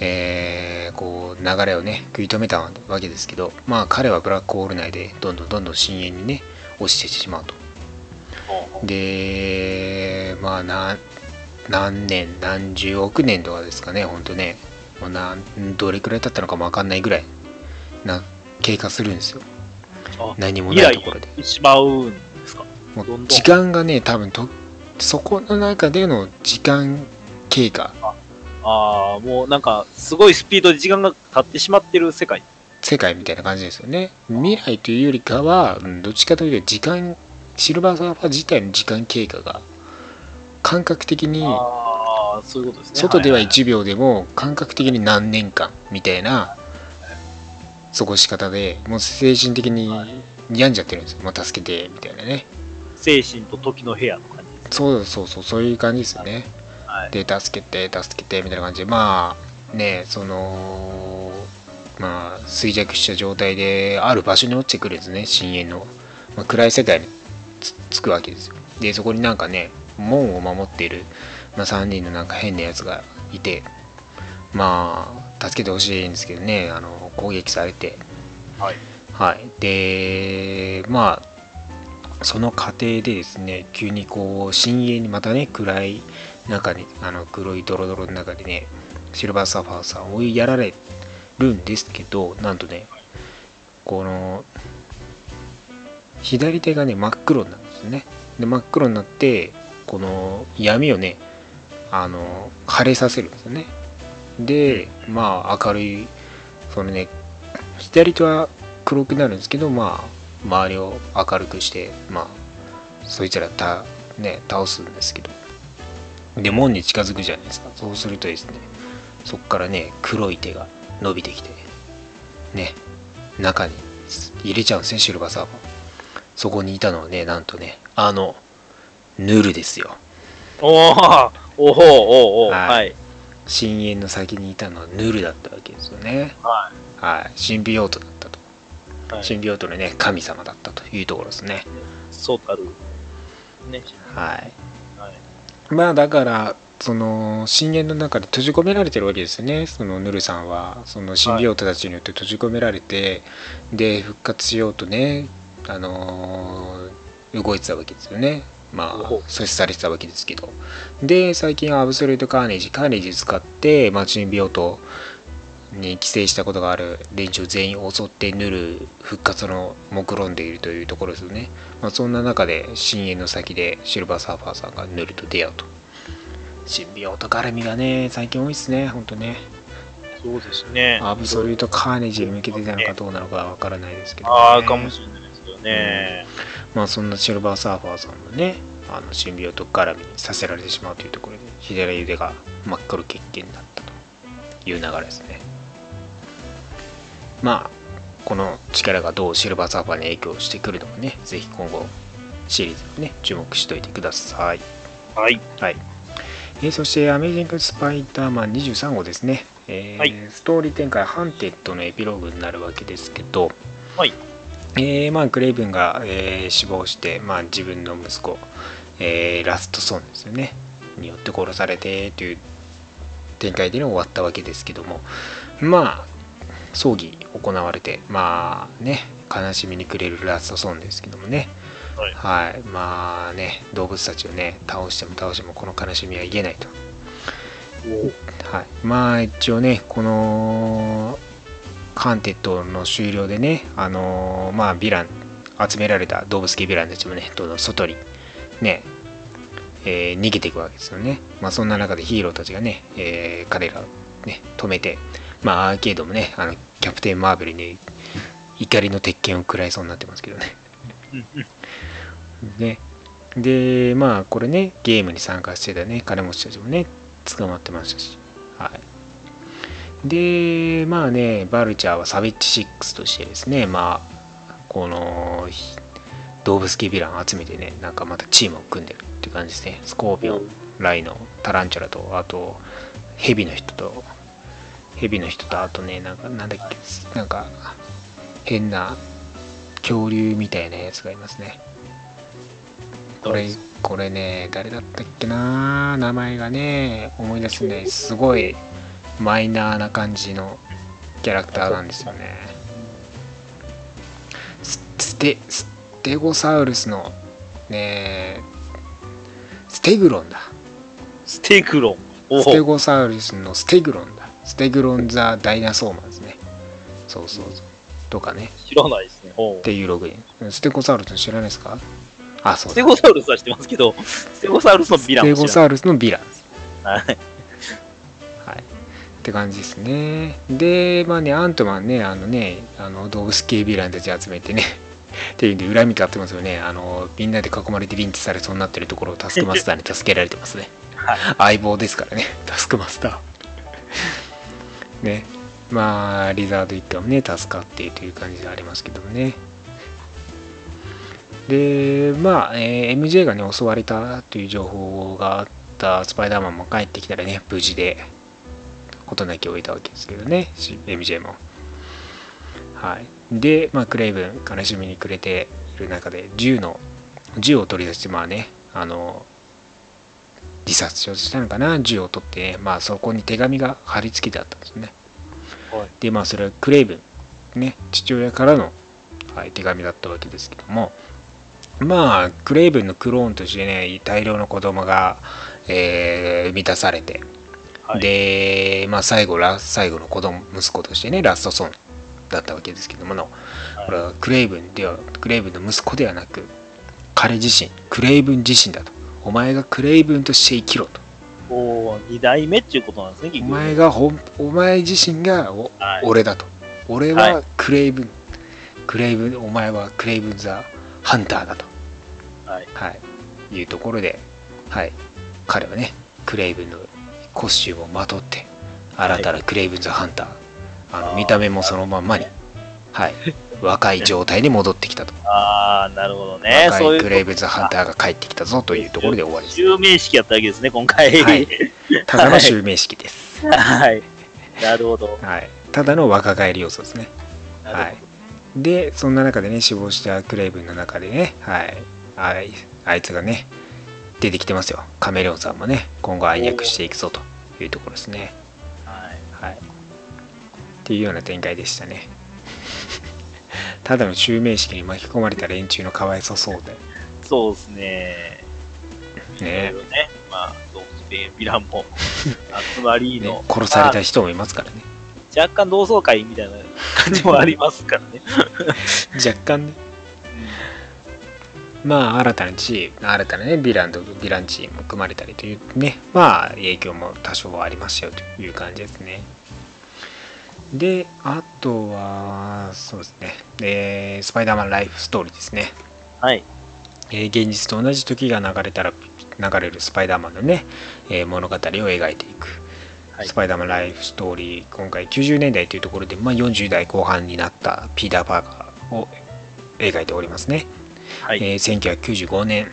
S3: えーこう流れをね食い止めたわけですけどまあ彼はブラックホール内でどんどんどんどん深淵にね落ちてしまうとでまあな何年何十億年とかですかねほんとねもうなんどれくらい経ったのかも分かんないぐらいな経過するんですよ
S2: あ
S3: 何も
S2: 未
S3: ない
S2: 来
S3: ところで
S2: にしまうんですか。
S3: も
S2: どんど
S3: うん時間がね多分とそこの中での時間経過
S2: ああ、もうなんか、すごいスピードで時間が経ってしまってる世界。
S3: 世界みたいな感じですよね未来というよりかは、うんどっちかというと時間シルバーサーファー自体の時間経過が感覚的に
S2: ああ、そういうことですね。
S3: 外ではい
S2: い
S3: 1秒でも感覚的に何年間みたいな過ごし方でもう精神的に病んじゃってるんですよ、まあ、助けてみたいなね
S2: 精神と時の部屋の感じですね。
S3: そうそうそうそういう感じですよね
S2: はい。
S3: で助けて助けてみたいな感じでまあねそのまあ衰弱した状態である場所に落ちてくるんですね深淵の、まあ暗い世界につつくわけですよでそこになんかね門を守っている、まあ、3人のなんか変なやつがいてまあ助けてほしいんですけどねあの攻撃されて
S2: はい。
S3: はいでまあその過程でですね急にこう深淵にまたね暗い中にあの黒いドロドロの中でねシルバーサーファーさんを追いやられるんですけどなんとねこの左手がね真っ黒になるんですねで真っ黒になってこの闇をねあの枯れさせるんですよねでまあ明るいそのね左手は黒くなるんですけどまあ周りを明るくしてまあそいつらた、ね、倒すんですけどで門に近づくじゃないですかそうするとですねそこからね黒い手が伸びてきてね中に入れちゃうんですねシルバーサーバーそこにいたのはねなんとねあのヌルですよ
S2: おーおほうおうおう
S3: はい
S2: はい
S3: 深淵の先にいたのはヌルだったわけですよね
S2: は
S3: はいシンビオートだったと、
S2: はい
S3: シンビオートのね神様だったというところですね
S2: そうたるね
S3: はい
S2: はい
S3: まあだからその深淵の中で閉じ込められてるわけですよねそのヌルさんはそのシンビオートたちによって閉じ込められて、で復活しようとねあのー動いてたわけですよねまあ
S2: おほ
S3: 阻止されてたわけですけどで最近はアブソリュートカーネージカーネージ使って、まあ、シンビオートに寄生したことがある連中全員を襲ってヌル復活の目論んでいるというところですよね、まあ、そんな中で深淵の先でシルバーサーファーさんがヌルと出会うとシンビオート絡みがね最近多いっすねほんとね
S2: そうですね
S3: アブソリュートカーネージに向けてたのかどうなのかわからないですけど、ね、
S2: ああかもしれないですよね、
S3: まあそんなシルバーサーファーさんのねあのシンビオート絡みにさせられてしまうというところで左腕が真っ黒血形になったという流れですねまあこの力がどうシルバーサーファーに影響してくるのかねぜひ今後シリーズにね注目しておいてください
S2: はい
S3: はい、えーそして「アメージング・スパイダーマン23号」ですね、えー
S2: はい
S3: ストーリー展開「ハンテッド」のエピローグになるわけですけど、
S2: はい
S3: えーまあ、クレイブンが、えー死亡して、まあ、自分の息子、えーラストソンですよねによって殺されてという展開での終わったわけですけどもまあ葬儀行われてまあね悲しみに暮れるラストソンですけどもね
S2: はい
S3: はい、まあね動物たちをね倒しても倒してもこの悲しみは癒えないと、はい、まあ一応ねこのカンテッドの終了でねあのーまあヴィラン集められた動物系ヴィランたちもねどんどん外にね、えー逃げていくわけですよね、まあ、そんな中でヒーローたちがね、えー彼らをね止めてまあアーケードもねあのキャプテン・マーベルに怒りの鉄拳を食らいそうになってますけどね
S2: うんうん
S3: ね、でまあこれねゲームに参加してたね金持ちたちもね捕まってましたし、はい、でまあねバルチャーはサビッチ6としてですねまあこのひ動物系ヴィラン集めてねなんかまたチームを組んでるっていう感じですねスコーピオンライノタランチュラとあとヘビの人とヘビの人とあとねなんかなんだっけなんか変な恐竜みたいなやつがいますねこれこれね誰だったっけな名前がね思い出すねすごいマイナーな感じのキャラクターなんですよねスステステゴサウルスのねステグロンだ
S2: ステクロンお
S3: ステ
S2: お
S3: ゴサウルスのステグロンだステグロン・ザ・ダイナソーマンですねそうそうそうとかね
S2: 知らないですねお
S3: っ
S2: う
S3: ていうログインステゴサウルス知らないですかあそうだ
S2: ステゴサウルスは知ってますけどステゴサウルスのヴィラン
S3: ステゴ
S2: も知らない
S3: サウルスのヴィラン
S2: は
S3: は
S2: い
S3: い、って感じですねでまあねアントマンねあのねあの動物系ヴィランたち集めてね *laughs* っていうんで恨み買ってますよねあのみんなで囲まれてリンチされそうになってるところをタスクマスターに助けられてますね、
S2: はい
S3: 相棒ですからね *laughs* タスクマスター *laughs* ねまあリザード一家もね助かってという感じでありますけどもねでまあ、えー MJ がね襲われたという情報があったスパイダーマンも帰ってきたらね無事で事なきを得たわけですけどねし MJ もはいで、まあ、クレイブン悲しみに暮れている中で銃の銃を取り出してまあねあの自殺しようとしたのかな銃を取って、まあそこに手紙が貼り付けてあったんですね
S2: はい
S3: でまあそれはクレイブンね父親からの、はい、手紙だったわけですけどもまあクレイブンのクローンとしてね大量の子供が、えー生み出されて、
S2: はい、
S3: で、まあ、最後ラ最後の子供息子としてねラストソンだったわけですけどもの、
S2: はい
S3: これはクレイブンではクレイブンの息子ではなく彼自身クレイブン自身だとお前がクレイブンとして生きろと
S2: おー二代目っていうことなんですね、
S3: お
S2: 結局。
S3: 前がほんお前自身がお
S2: はい
S3: 俺だと俺
S2: は
S3: はクレイブン、クレイブンお前はクレイブン・ザ・ハンターだと、
S2: はい
S3: い、いうところで、はい、彼はねクレイブンのコスチュームをまとって新たなクレイブン・ザ・ハンター、あ
S2: あ
S3: の
S2: ー
S3: 見た目もそのまんまに、はい、若い状態に戻ってき
S2: *laughs*
S3: たと、
S2: ああ、なるほどね。そ
S3: 若
S2: うい
S3: いうクレイブン・ザ・ハンターが帰ってきたぞというところで終わりです
S2: *laughs* 襲名式やったわけですね、今回。
S3: はいただの襲名式です、
S2: はい。なるほど。
S3: はい、ただの若返り要素ですね
S2: なる
S3: でそんな中でね死亡したクレイブンの中でねはいあいあいつがね出てきてますよカメレオンさんもね今後暗躍していくぞというところですね
S2: ほど。はい。
S3: はいっていうような展開でしたね *laughs* ただの襲名式に巻き込まれた連中のかわいそうそうで
S2: そうですね。い
S3: ね
S2: ろいろね。まあ、そうですね。ヴィラン
S3: *laughs*
S2: も集まりの、
S3: ね殺された人もいますからね
S2: まあ若干同窓会みたいな感じもありますからね。
S3: *laughs* 若干ねまあ新たなチーム新たなねヴィランとヴィランチームも組まれたりというねまあ影響も多少はありましたよという感じですねであとはそうですねえースパイダーマンライフストーリーですね
S2: はい。
S3: えー現実と同じ時が流れたら流れるスパイダーマンのね、えー物語を描いていく、
S2: はい
S3: スパイダーマンライフストーリー今回90年代というところで、まあ、40代後半になったピーター・パーカーを描いておりますね、
S2: はい。
S3: えー1995年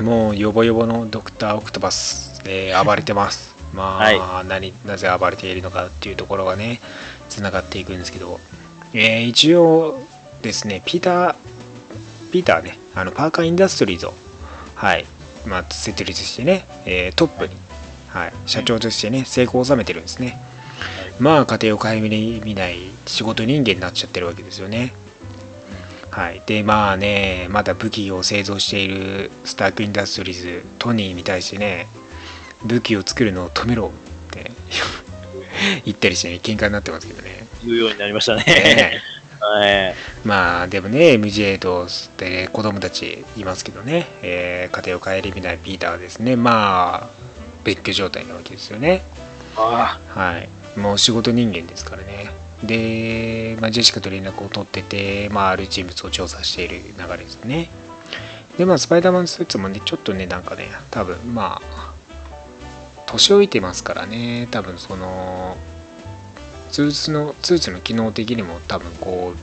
S3: もうヨボヨボのドクター・オクトパス、えー暴れて
S2: *laughs*
S3: ますまあ、
S2: は
S3: 何なぜ暴れているのかっていうところがねつながっていくんですけど、えー一応ですねピーターピーターねあのパーカー・インダストリーズをはい、まあ、設立してね、えートップに、はい、社長としてね成功を収めてるんですね、まあ家庭を顧みない仕事人間になっちゃってるわけですよねはい、でまあねまだ武器を製造しているスターク・インダストリーズトニーに対してね武器を作るのを止めろって *laughs* 言ったりしてね喧嘩になってますけどね
S2: 言うようになりましたね。
S3: ね
S2: *laughs* はい。
S3: まあでもね MJ と、えー子供たちいますけどね、えー家庭を顧みないピーターはですねまあ別居状態なわけですよね
S2: あ
S3: はい、もう仕事人間ですからね。で、まあ、ジェシカと連絡を取ってて、まあ、ある人物を調査している流れですね。で、まあ、スパイダーマンスーツもね、ちょっとね、なんかね、多分まあ、年老いてますからね、多分その、スーツの、スーツの機能的にも多分こう、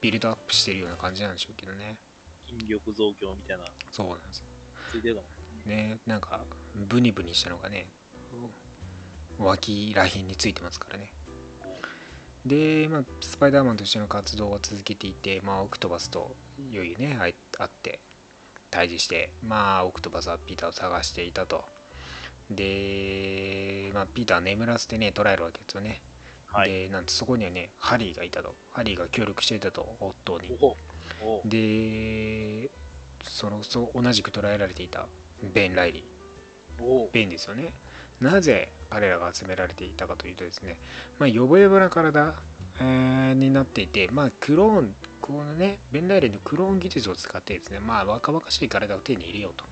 S3: ビルドアップしてるような感じなんでしょうけどね。
S2: あ、筋力増強みたいな、
S3: そうなんですよ。
S2: ついてるのも。
S3: ね、なんか、ブニブニしたのがね、脇らへんについてますからね。で、まあ、スパイダーマンとしての活動を続けていて、まあ、オクトバスといよいよね会い会って対峙して、まあ、オクトバスはピーターを探していたとで、まあ、ピーターを眠らせてね捕らえるわけですよね、
S2: はい。
S3: でなんとそこにはねハリーがいたとハリーが協力していたと夫に
S2: おおお
S3: でそのそう同じく捕らえられていたベン・ライリー
S2: お
S3: 便利ですよね。なぜ彼らが集められていたかというとですね、まあ、ヨボヨボな体、えーになっていて、まあ、クローン、このね、ベンライレンのクローン技術を使ってですね、まあ、若々しい体を手に入れようと。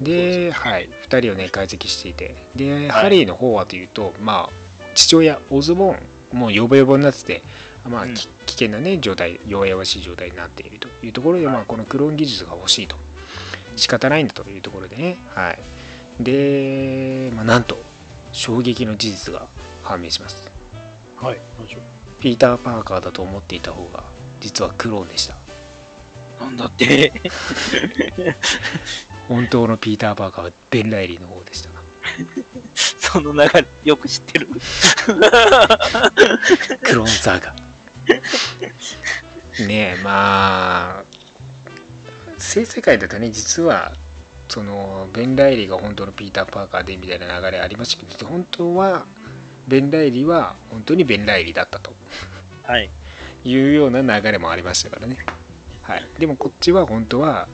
S3: で、はい、2人をね、解析していて、で、ハリーの方はというと、まあ、父親、オズボーン、もうヨボヨボになってて、まあ、
S2: うん
S3: き危険なね、状態、弱々しい状態になっているというところで、まあ、このクローン技術が欲しいと。仕方ないんだというところでね、はい、で、まあ、なんと衝撃の事実が判明します
S2: はい。何でしょ
S3: ピーター・パーカーだと思っていた方が実はクローンでした
S2: うなんだって。 *laughs*
S3: 本当のピーター・パーカーはベン・ライリーの方でした
S2: その中よく知ってる。
S3: クローンサーガ *laughs* ねえまあ正世界だとね実はそのベン・ライリーが本当のピーター・パーカーでみたいな流れありましたけど本当はベン・ライリーは本当にベン・ライリーだったと
S2: はい。
S3: いうような流れもありましたからね。はい、でもこっちは本当は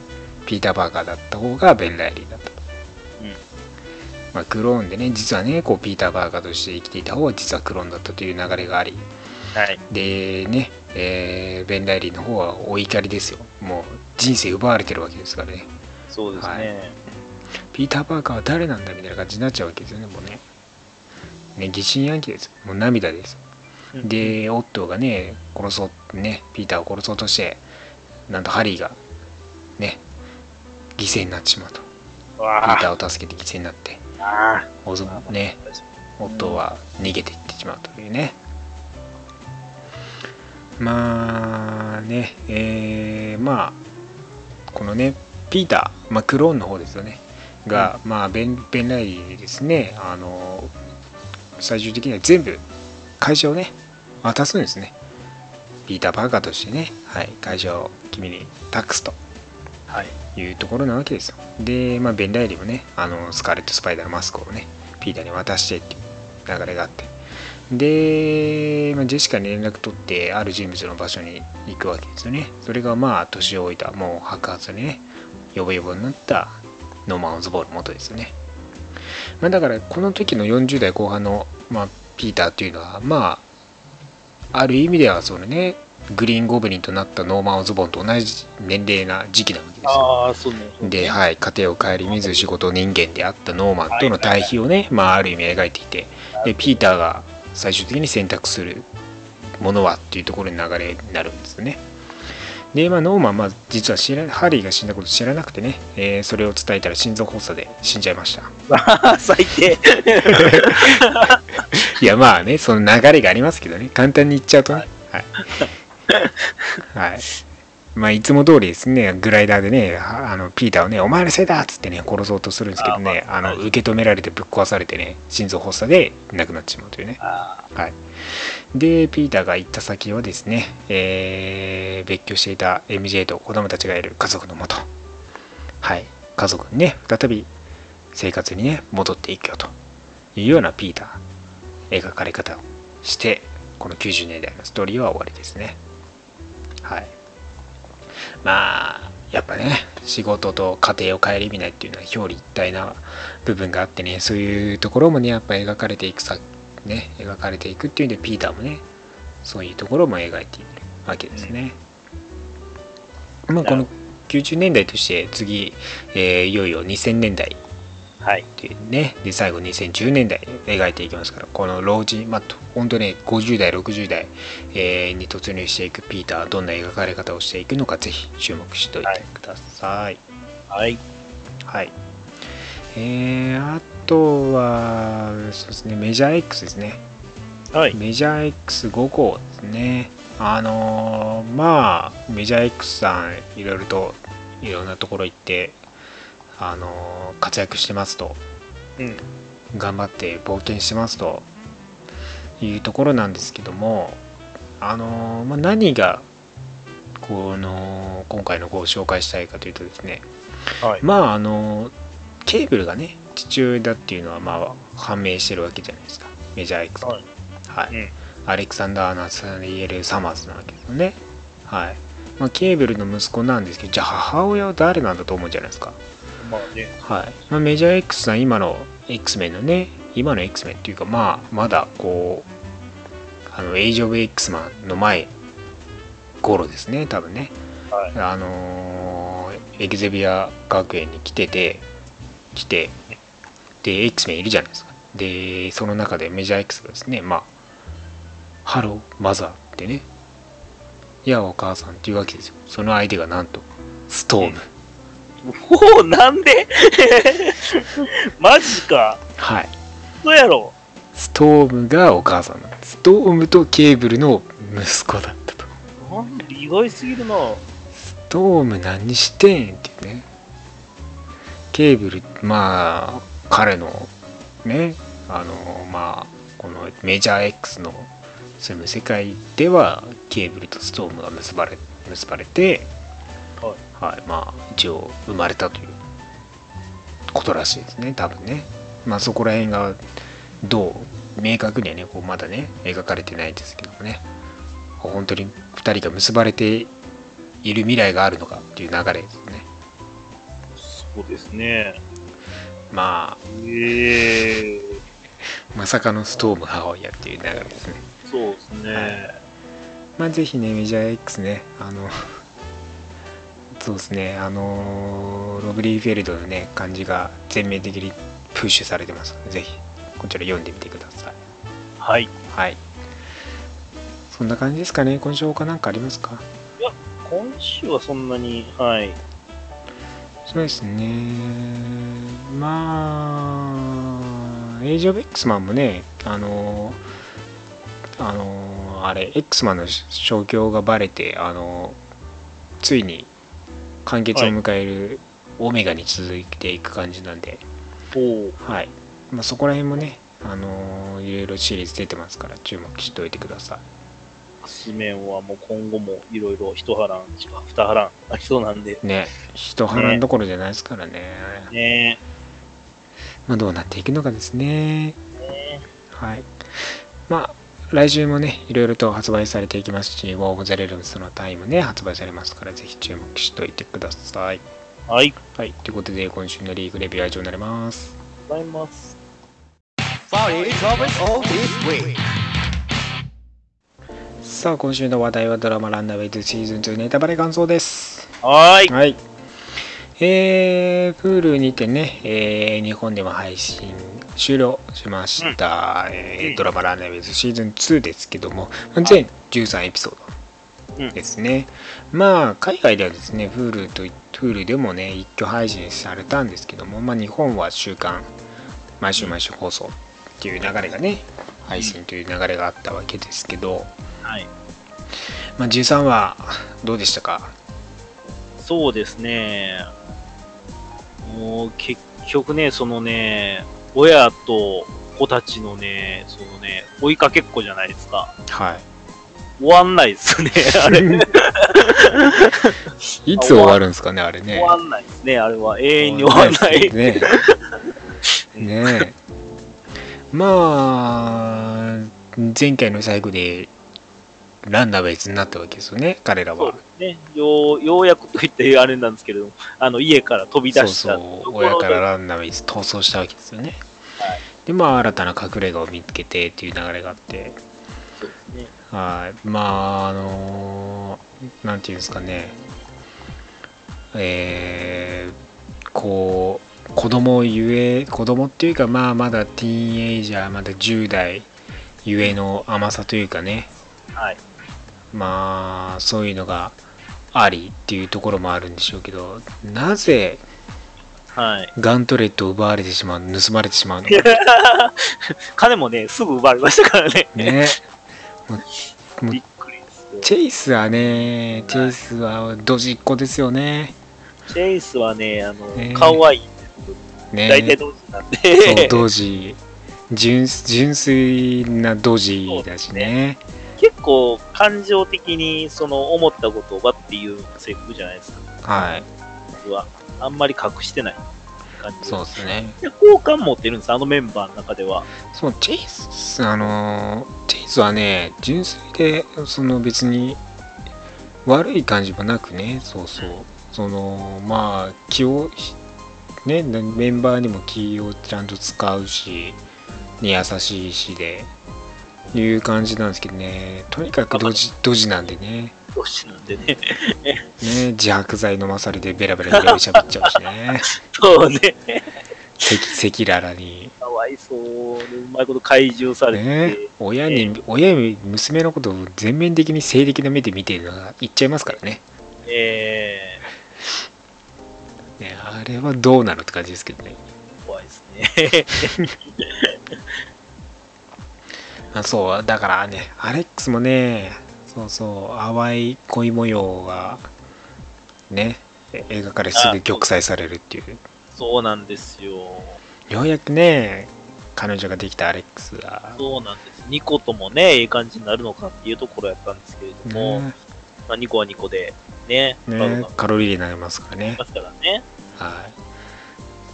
S3: ピーター・バーカーだった方がベン・ライリーだったと、
S2: うん
S3: まあ、クローンでね実はねこうピーター・バーカーとして生きていた方は実はクローンだったという流れがあり
S2: はい。
S3: でね、えーベン・ライリーの方はお怒りですよもう人生奪われてるわけですからね
S2: そうですね。
S3: ピーター・パーカーは誰なんだみたいな感じになっちゃうわけですよねもうねね疑心暗鬼ですもう涙です
S2: うん、
S3: でオットーがね殺そうねピーターを殺そうとしてなんとハリーがね犠牲になってしまうとピ
S2: うわ
S3: ー
S2: あ
S3: ターを助けて犠牲になって
S2: あ
S3: おず
S2: あ
S3: ね
S2: 確か
S3: 夫は逃げていってしまうというね、まあねえーまあこのねピーター、まあ、クローンの方ですよねが、まあベンベンライリーにですねあの最終的には全部会社をね渡すんですねピーター・パーカーとしてね、はい、会社を君に託すと
S2: にはい。
S3: いうところなわけですよで、まあ、ベン・ライリーもねあのスカーレット・スパイダーのマスクをねピーターに渡してっていう流れがあってで、まあ、ジェシカに連絡取ってある人物の場所に行くわけですよねそれがまあ年を老いたもう白髪にねヨボヨボになったノーマン・オズボール元ですよね、まあ、だからこの時の40代後半の、まあ、ピーターというのはまあある意味ではそのねグリーンゴブリンとなったノーマン・オズボーンと同じ年齢な時期なわけですよ
S2: ああ、そうね。そうね
S3: で、はい、家庭を顧みず仕事人間であったノーマンとの対比をね、まあ、ある意味描いていてでピーターが最終的に選択するものはっていうところに流れになるんですよね。で、まあ、ノーマン、まあ、実は知らハリーが死んだこと知らなくてね、えーそれを伝えたら心臓発作で死んじゃいました。
S2: 最
S3: *laughs*
S2: 低。
S3: いやまあねその流れがありますけどね簡単に言っちゃうとねはい、はい、まあいつも通りですねグライダーでねああのピーターをね「お前のせいだ!」っつってね殺そうとするんですけどね
S2: あま
S3: あの
S2: あ
S3: 受け止められてぶっ壊されてね心臓発作で亡くなってしまうというね
S2: あ
S3: はいでピーターが行った先はですね、えー別居していた MJ と子供たちがいる家族のもとはい家族にね再び生活にね戻っていくよというようなピーター描かれ方をしてこの90年代のストーリーは終わりですねはいまあやっぱね仕事と家庭を顧みないっていうのは表裏一体な部分があってねそういうところもねやっぱ描かれていくさね描かれていくっていうんでピーターもねそういうところも描いているわけですね、まあこ
S2: なる
S3: の
S2: ほ
S3: 90年代として次、えーいよいよ2000年代
S2: あはい。
S3: っていうねで最後2010年代描いていきますからこの老人まあと本当ね50代60代、えーに突入していくピーターどんな描かれ方をしていくのかぜひ注目しておいてください
S2: はい。
S3: はい、えーあとはそうですねメジャー X ですね
S2: はい。
S3: メジャー X5 号ですね。あのーまあ、メジャー X さん、いろいろと、いろんなところ行って、あのー活躍してますと、
S2: うん。
S3: 頑張って冒険してますというところなんですけども、あのーまあ、何が、この、今回のご紹介したいかというとですね、
S2: はい。
S3: まあ、あのーケーブルがね、父親だっていうのは、まあ、判明してるわけじゃないですか、メジャー X
S2: はい。
S3: はい
S2: うん
S3: アレクサンダー・ナサリエル・サマーズなわけですよね、はいまあ、ケーブルの息子なんですけどじゃあ母親は誰なんだと思うじゃないですか、
S2: まあね。
S3: はいまあ、メジャー X さん今の X メンのね今の X メンっていうかまあまだこうあのエイジ・オブ・ X マンの前頃ですね多分ね
S2: はい。
S3: あのーエグゼビア学園に来てて来てで X メンいるじゃないですかでその中でメジャー X がですねまあ「ハローマザー」ってね「いやお母さん」っていうわけですよその相手がなんとストーム
S2: おお、なんで *laughs* マジか。
S3: はい
S2: そうやろ。
S3: ストームがお母さんなんですストームとケーブルの息子だったと
S2: なんで意外すぎるな。
S3: ストーム何してんっていうねケーブルまあ彼のねあのまあこのメジャー X の住む世界ではケーブルとストームが結ばれ結ばれて
S2: は
S3: はい、まあ一応生まれたということらしいですね多分ねまあそこら辺がどう明確にはねこうまだね描かれてないですけどもね本当に2人が結ばれていいる未来があるのかっていう流れですね。
S2: そうですね。
S3: ま
S2: ええ
S3: あ、まさかのストーム母親っていう流れですね。
S2: そうですね。
S3: まあ、ぜひね、メジャー X ね、あの、 *laughs* そうですね、あの、ロブリーフェルドのね、感じが全面的にプッシュされてますので、ぜひ、こちら読んでみてください。
S2: はい。
S3: はい。そんな感じですかね。今週他なんかありますか
S2: 今週はそんなに、はい。
S3: そうですね。まあ、エイジ・オブ・エックスマンもね、あの、あの、あれ、X マンの状況がバレて、あの、ついに完結を迎えるオメガに続いていく感じなんで、
S2: おう
S3: はい。まあ、そこら辺もね、あの、いろいろシリーズ出てますから、注目しておいてください。
S2: 紙面はもう今後もいろいろ一波乱しか二波乱ありそうなんで、
S3: ね人波乱どころじゃないですからね
S2: ね
S3: まあ、どうなっていくのかですね
S2: え、ね
S3: はいまあ来週もねいろいろと発売されていきますし「ウォー・オブ・ザ・レルムス」のタイムね発売されますからぜひ注目しておいてください
S2: えはい、
S3: はいということで今週のリーグレビューは以上になります
S2: ございます。
S1: Sorry, it's always all this way.
S3: さあ今週の話題はドラマ「ランナーウェイズシーズン2ネタバレ感想です
S2: はーい。
S3: はい。えー、Hulu にてね、えー日本でも配信終了しました、えードラマ「ランナーウェイズ」シーズン2ですけども全13エピソードですね、まあ海外ではですね Hulu と Hulu でもね一挙配信されたんですけども、まあ、日本は週間毎週毎週放送っていう流れがね配信という流れがあったわけですけど、
S2: はい。
S3: まあ、13話どうでしたか
S2: そうですね。もう結局ね、そのね、親と子たちのね、そのね、追いかけっこじゃないですか。
S3: はい
S2: 終わんないですね、あれ。
S3: *laughs* いつ終わるんですかねあれね
S2: 終わんないですね、あれは。永遠に終わんない。
S3: ねえ。ねえ。まあ、前回の最後で、ランナーベースになったわけですよね、彼ら
S2: そう
S3: は
S2: で。すね、ようようやくといってあれなんですけれども、 *laughs* あの家から飛び
S3: そ
S2: 出
S3: う
S2: した
S3: そ
S2: ところ
S3: う、親
S2: で
S3: からランナーベース逃走したわけですよね。
S2: はい
S3: で、まあ、新たな隠れ家を見つけてっていう流れがあって、
S2: そうですね
S3: はい、まあ、あのーなんていうんですかね、えーこう、子供ゆえ、子供っていうか、まあ、まだティーンエイジャー、まだ10代ゆえの甘さというかね、
S2: はい。
S3: まあ、そういうのがありっていうところもあるんでしょうけど、なぜ
S2: はい。
S3: ガントレットを奪われてしまう、盗まれてしまうのか
S2: 金もね、すぐ奪われましたから
S3: *laughs*
S2: ね。
S3: ね。
S2: びっくりですよ。
S3: チェイスはね、チェイスはドジっ子ですよね。
S2: チェイスはね、あの、
S3: ね
S2: 顔はいい。
S3: ね
S2: 大体同時なんで。
S3: そう、ドジ。純純粋なドジだしね。
S2: *laughs* 結構、感情的に、その、思ったことをばっていう性格じゃないですか。
S3: はい。
S2: 僕は。あんまり隠してない感じ。
S3: そうですね。
S2: で。好感持ってるんです、あのメンバーの中では。
S3: そう、チェイス、あのー、チェイスはね、純粋で、その別に悪い感じもなくね、そうそう。その、まあ、気を、ね、メンバーにも気をちゃんと使うし、に優しいしで、いう感じなんですけどね、とにかくドジ、ドジなんでね。
S2: 同時なんでね。 *laughs*
S3: ね、自白剤飲まされてベラベラベラベラ喋っちゃうし
S2: *laughs*
S3: ね
S2: そうね。
S3: せき赤裸々に
S2: かわいそうで、うまいこと怪獣されて、
S3: ね親に、親に娘のことを全面的に性的な目で見てるのが言っちゃいますからね
S2: え
S3: ねあれはどうなのって感じですけどね
S2: ー、怖いですね。 *laughs*
S3: あそうだからねアレックスもねそうそう淡い恋模様がねえ描かれすぐ玉砕されるっていう
S2: そうなんですよ。
S3: ようやくね彼女ができたアレックスが、
S2: そうなんです。ニコともね、いい感じになるのかっていうところやったんですけれども、
S3: ね
S2: まあ、ニコはニコで、ね、バグ
S3: ね
S2: があり
S3: カロリーになりますからね
S2: ますからね。
S3: は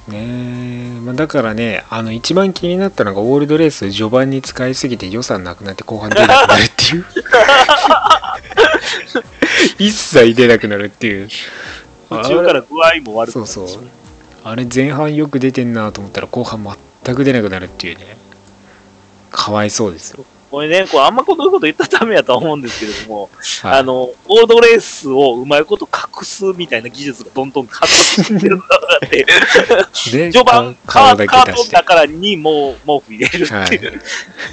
S3: い。ねえ、まあ、だからね、あの一番気になったのがオールドレース序盤に
S2: *laughs*
S3: 使いすぎて予算なくなって後半出なくなるっていう。一切出なくなるっていう
S2: 途中から具合も悪くな
S3: そう
S2: る
S3: そうあれ前半よく出てんなと思ったら後半全く出なくなるっていうねかわいそうですよ、
S2: これね、こうあんまこういうこと言ったらダメやとは思うんですけれども、
S3: はい
S2: あの、オードレースをうまいこと隠すみたいな技術がどんどん発達してるのがあって、
S3: で
S2: 序盤、
S3: 顔
S2: カー
S3: だ
S2: カ
S3: け出
S2: ート
S3: し
S2: ン
S3: て
S2: だからにもう毛布入れるっていう、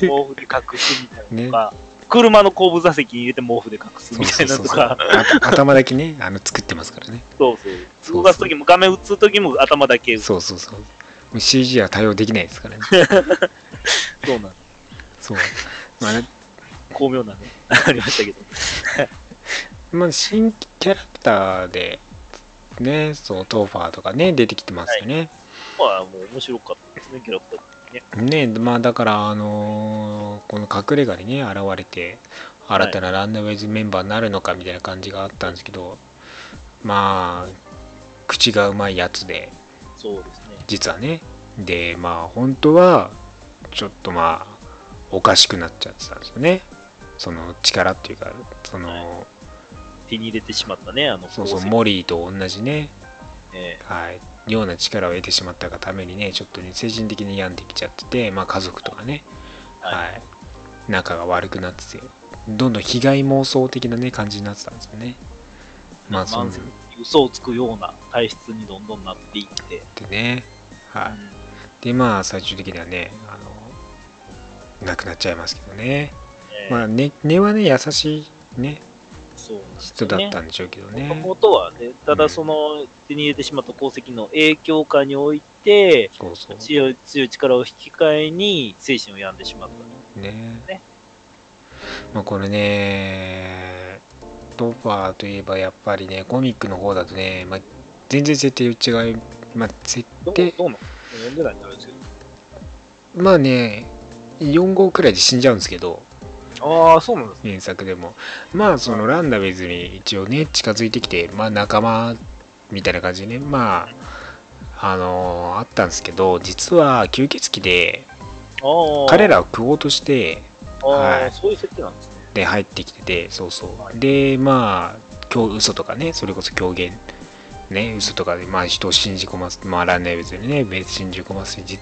S2: 毛布で隠すみたいなのとか、車の後部座席に入れて毛布で隠すみたいなのとか、
S3: あ頭だけねあの作ってますからね
S2: そう
S3: そ
S2: そう
S3: そう
S2: う。動かすときも、画面映すときも頭だけ映す。
S3: そうそうそうもう CG は対応できないですからね
S2: そうなんです
S3: そうまあね
S2: 巧妙なね、ありましたけど。
S3: まあ、新キャラクターでねそうトーファーとかね出てきてますよね、
S2: まあ、もう面白かったですね、キャラクター。
S3: ねまあだからあのーこの隠れ家にね現れて
S2: い
S3: 新たなランダムウェイズメンバーになるのかみたいな感じがあったんですけど、まあ口がうまいやつで
S2: そうですね。
S3: 実はねでまあ本当はちょっとまあおかしくなっちゃってたんですよねその力っていうかその、
S2: 手に入れてしまったね、あの、
S3: そうそう
S2: 宝石
S3: モリーと同じね
S2: ね
S3: はい、ような力を得てしまったがためにねちょっとね精神的に病んできちゃってて、まあ、家族とかね、は
S2: はい
S3: 仲が悪くなっててどんどん被害妄想的な、ね、感じになってたんですよね。まあそ
S2: ま
S3: う
S2: あ
S3: なっ
S2: 嘘をつくような体質にどんどんなっていって、
S3: てね、は
S2: うん
S3: い、でまあ最終的にはねあの亡くなっちゃいますけどね、
S2: えー
S3: まあ、根根はね優しい、ね、
S2: そうなんです
S3: 人
S2: よ
S3: だ
S2: ね
S3: ったんでしょうけど
S2: もと
S3: ね。
S2: もとはね、ただその手に入れてしまった鉱石の影響下において、
S3: そうそう
S2: 強い強い力を引き換えに精神を病んでしまった。
S3: ね
S2: ね
S3: まあこれねトーファーといえばやっぱりねコミックの方だとね、まあ、全然設定違い、まあ、設
S2: どう
S3: 定
S2: どうなの読んでないんだろうですけ
S3: まあね4号くらいで死んじゃうんですけど
S2: ど。ああ、そうなんですね。
S3: 原作でもまあそのランダウェイズに一応ね近づいてきてまあ仲間みたいな感じでねまああのーあったんですけど実は吸血鬼で
S2: ああ。
S3: 彼らを食おうとして
S2: ああ、
S3: はい
S2: そういう設定なんですね。
S3: で入ってきててそうそう、
S2: はい
S3: でまあ今日嘘とかねそれこそ狂言ね嘘とかでまあ人を信じ込ますまあランナー別にね別に信じ込ますじ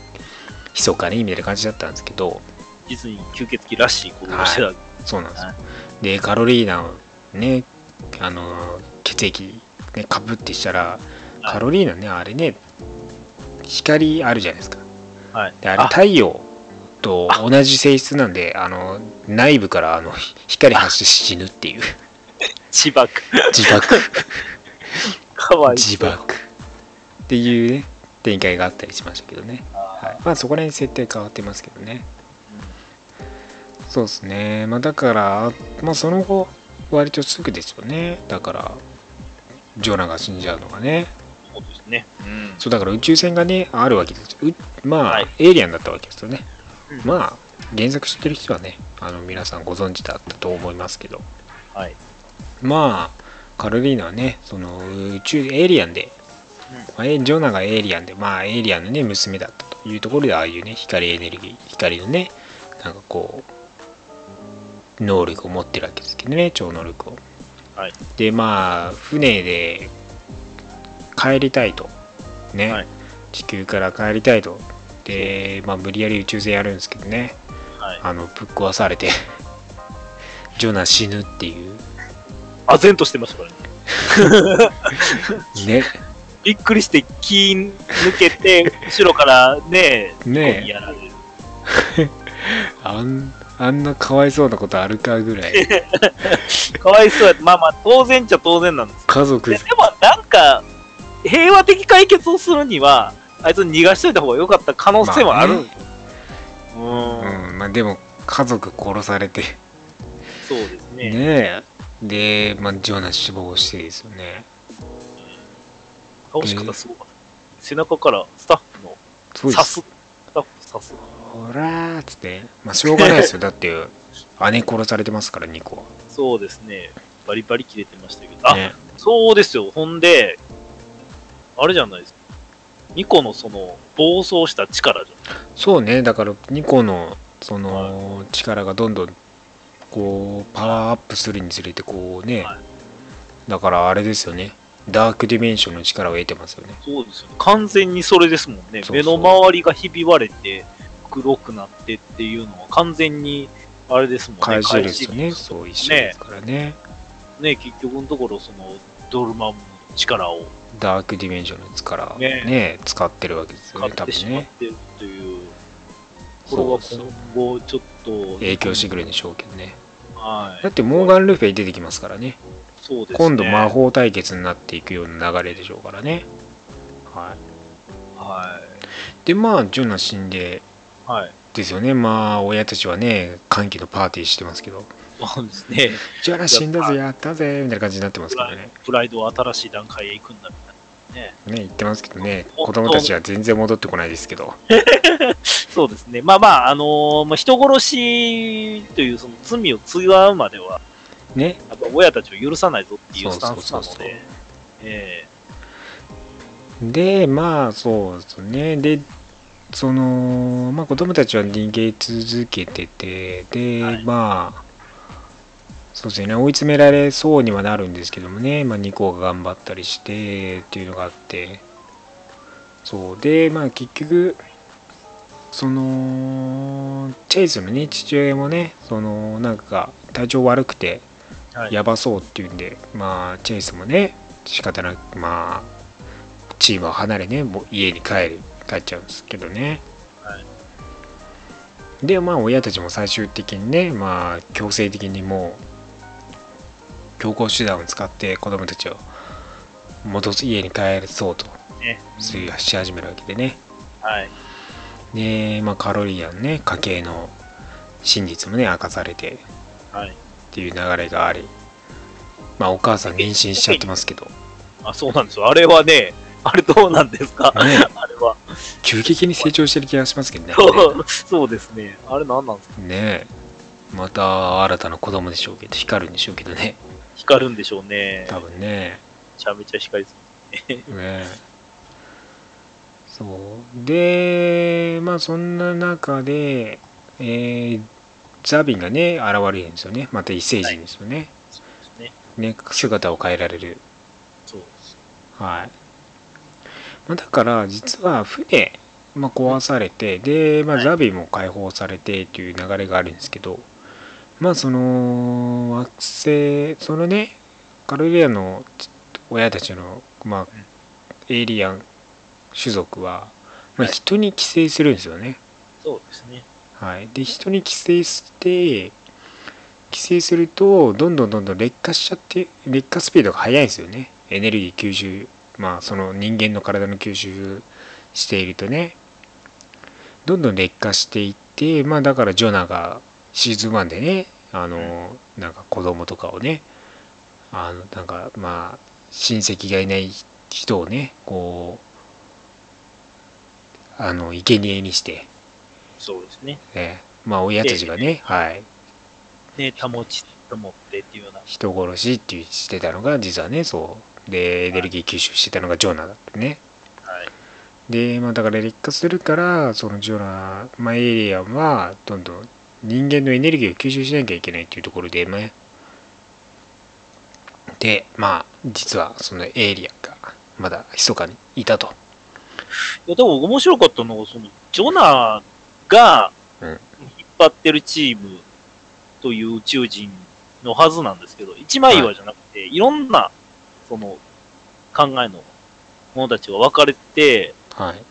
S3: 密かにみたいな感じだったんですけど
S2: 実に吸血鬼らしいことをしてた。
S3: そうなんですよ、
S2: は
S3: でカロリーナをねあの血液ねかぶってしたらカロリーナねあれね光あるじゃないですか
S2: はい。
S3: であれ太陽と同じ性質なんであの内部からあの光発して死ぬっていう
S2: 自爆。 *laughs*
S3: 自爆
S2: かわいい。
S3: 自爆っていうね展開があったりしましたけどね、
S2: あ
S3: はい、まあそこら辺設定変わってますけどね
S2: ー。うん
S3: そうですねまあだからまあその後割とすぐですよねだからジョナが死んじゃうのがね
S2: そうですね。うん。
S3: そうだから宇宙船がねあるわけですようまあ、
S2: はい
S3: エイリアンだったわけですよね、
S2: うん
S3: まあ原作知ってる人はねあの皆さんご存知だったと思いますけど
S2: はい。
S3: まあカロリーナはねその宇宙エイリアンで、まあえジョナがエイリアンでまあエイリアンのね娘だったというところでああいうね光エネルギー光のねなんかこう能力を持ってるわけですけどね超能力を、
S2: はい
S3: でまあ船で帰りたいとね、
S2: はい
S3: 地球から帰りたいとでまあ無理やり宇宙船やるんですけどね
S2: はい。
S3: あのぶっ壊されて *laughs* ジョナ死ぬっていう
S2: あぜんとしてましたからね。 *laughs*
S3: ね
S2: びっくりして気抜けて、後ろから *laughs* ね、
S3: ねえ
S2: やられる。
S3: あんあんなかわいそうなことあるかぐらい
S2: かわいそうや。まあまあ、当然っちゃ当然なんです
S3: 家
S2: け
S3: 族
S2: ど。でも、なんか、平和的解決をするには、あいつ逃がしといた方が良かった可能性はある。
S3: まあね
S2: うん、
S3: うんまあでも家族殺されて
S2: そうです
S3: ね
S2: ね。
S3: えで、まあ、ジョナ死亡してですよね
S2: 倒し方すごかった。背中からスタッフの
S3: そう
S2: 刺
S3: です
S2: す。スタッフ刺す。
S3: ほらーっつってまあしょうがないです
S2: *laughs*
S3: よだって姉殺されてますから2個
S2: そうですね。バリバリ切れてましたけど。
S3: は
S2: あ、
S3: ね
S2: そうですよ。ほんで、あれじゃないですか。ニコのその、暴走した力じ
S3: そうねだから2個のその力がどんどんこうパワーアップするにつれてこうね、
S2: はい
S3: だからあれですよねダークディメンションの力を得てますよね
S2: そうですよね。完全にそれですもん
S3: そう
S2: ね。
S3: そう
S2: 目の周りがひび割れて、黒くなってっていうのは完全に、あれですもんね。
S3: 怪獣ですよ
S2: 怪
S3: ね
S2: 獣
S3: そう一緒ですからね
S2: ね。結局のところ、その、ドルマムの力を
S3: ダークディメンションの力をね使ってるわけですよ
S2: 買
S3: ね多
S2: っ
S3: 分
S2: てしまっ
S3: ね
S2: てるという。これ
S3: そ
S2: は
S3: うそう
S2: 今後、ちょっと。
S3: 影響してくるんでしょうけどね
S2: はい。
S3: だってモーガン・ルフェイ出てきますからね
S2: そうですね。
S3: 今度魔。法対決になっていくような流れでしょうからねはい
S2: は
S3: でまあジョナ死んで
S2: い。はい。
S3: ですよねまあ親たちはね歓喜のパーティーしてますけど
S2: そうですね。
S3: ジョナ死んだぜやったぜみたいな感じになってます
S2: プ
S3: け
S2: ラ
S3: ど
S2: イ
S3: ね
S2: プライドは新しい段階へ行くんだみたいな。
S3: ね
S2: ね。
S3: 言ってますけどね子供たちは全然戻ってこないですけど
S2: そうですね。まあまあ、あのーまあ、人殺しというその罪を償うまでは、
S3: ね
S2: やっぱ親たちを許さないぞっていうスタンスな
S3: そうそう
S2: の
S3: そうそう
S2: で、え
S3: でまあそうですねでそのまあ子供たちは逃げ続けててで、
S2: はい
S3: まあそうですね追い詰められそうにはなるんですけどもね、まあ、ニコが頑張ったりしてっていうのがあってそうでまあ結局そのチェイスのね父親もねそのなんか体調悪くて
S2: えはい、
S3: やばそうっていうんで、まあ、チェイスもね、仕方なく、まあ、チームを離れね、もう家に帰る、帰っちゃうんですけどね。
S2: は
S3: で、まあ、親たちも最終的にね、まあ、強制的にもう、強行手段を使って子供たちを戻す家に帰そうと
S2: ね。
S3: するし始めるわけでね。
S2: はい。
S3: で、まあ、カロリアンね、家計の真実もね、明かされて、
S2: はい。
S3: っていう流れがありまあお母さん妊娠しちゃってますけど、ね、
S2: あ、そうなんですよ。あれはね、あれどうなんですかあれは。
S3: 急激に成長してる気がしますけどね
S2: そうですね。あれ何なんですか
S3: ねえまた新たな子供でしょうけど光るんでしょうけどね
S2: 光るんでしょうね。
S3: 多分ね
S2: めちゃめちゃ光りそ
S3: ねえそうでまあそんな中で、えーザビンがね現れるんですよねまた異星人ですよね,、
S2: うですね。
S3: ね姿を変えられる
S2: そうです。
S3: はい、まあ、だから実は船、まあ、壊されてで、まあ、
S2: はい
S3: ザビも解放されてという流れがあるんですけどまあその惑星そのねカルリアの親たちの、まあ、エイリアン種族は、まあ、
S2: はい
S3: 人に寄生するんですよね。
S2: そうですね。
S3: はい、で人に寄生して寄生するとどんどんどんどん劣化しちゃって劣化スピードが速いんですよねエネルギー吸収まあその人間の体の吸収しているとねどんどん劣化していってまあだからジョナがシーズン1でねあの、なんか子供とかをねあのなんかまあ親戚がいない人をねこうあの生贄にして
S2: そうですね。
S3: ええ、まあ親たちがね、はい、
S2: ね、保ち、保ってっていうような。
S3: 人殺しって言ってたのが実はねそうでエネルギー吸収してたのがジョナだってね
S2: はい。
S3: でまあだから劣化するからそのジョナ、まあ、エイリアンはどんどん人間のエネルギーを吸収しなきゃいけないっていうところでねでまあ実はそのエイリアンがまだ密かにいたと
S2: いや、でも面白かったのが、その、ジョナが
S3: うん
S2: 引っ張ってるチームという宇宙人のはずなんですけど、一枚岩じゃなくて、い、ろんな、その、考えの者たちが分かれて、
S3: はい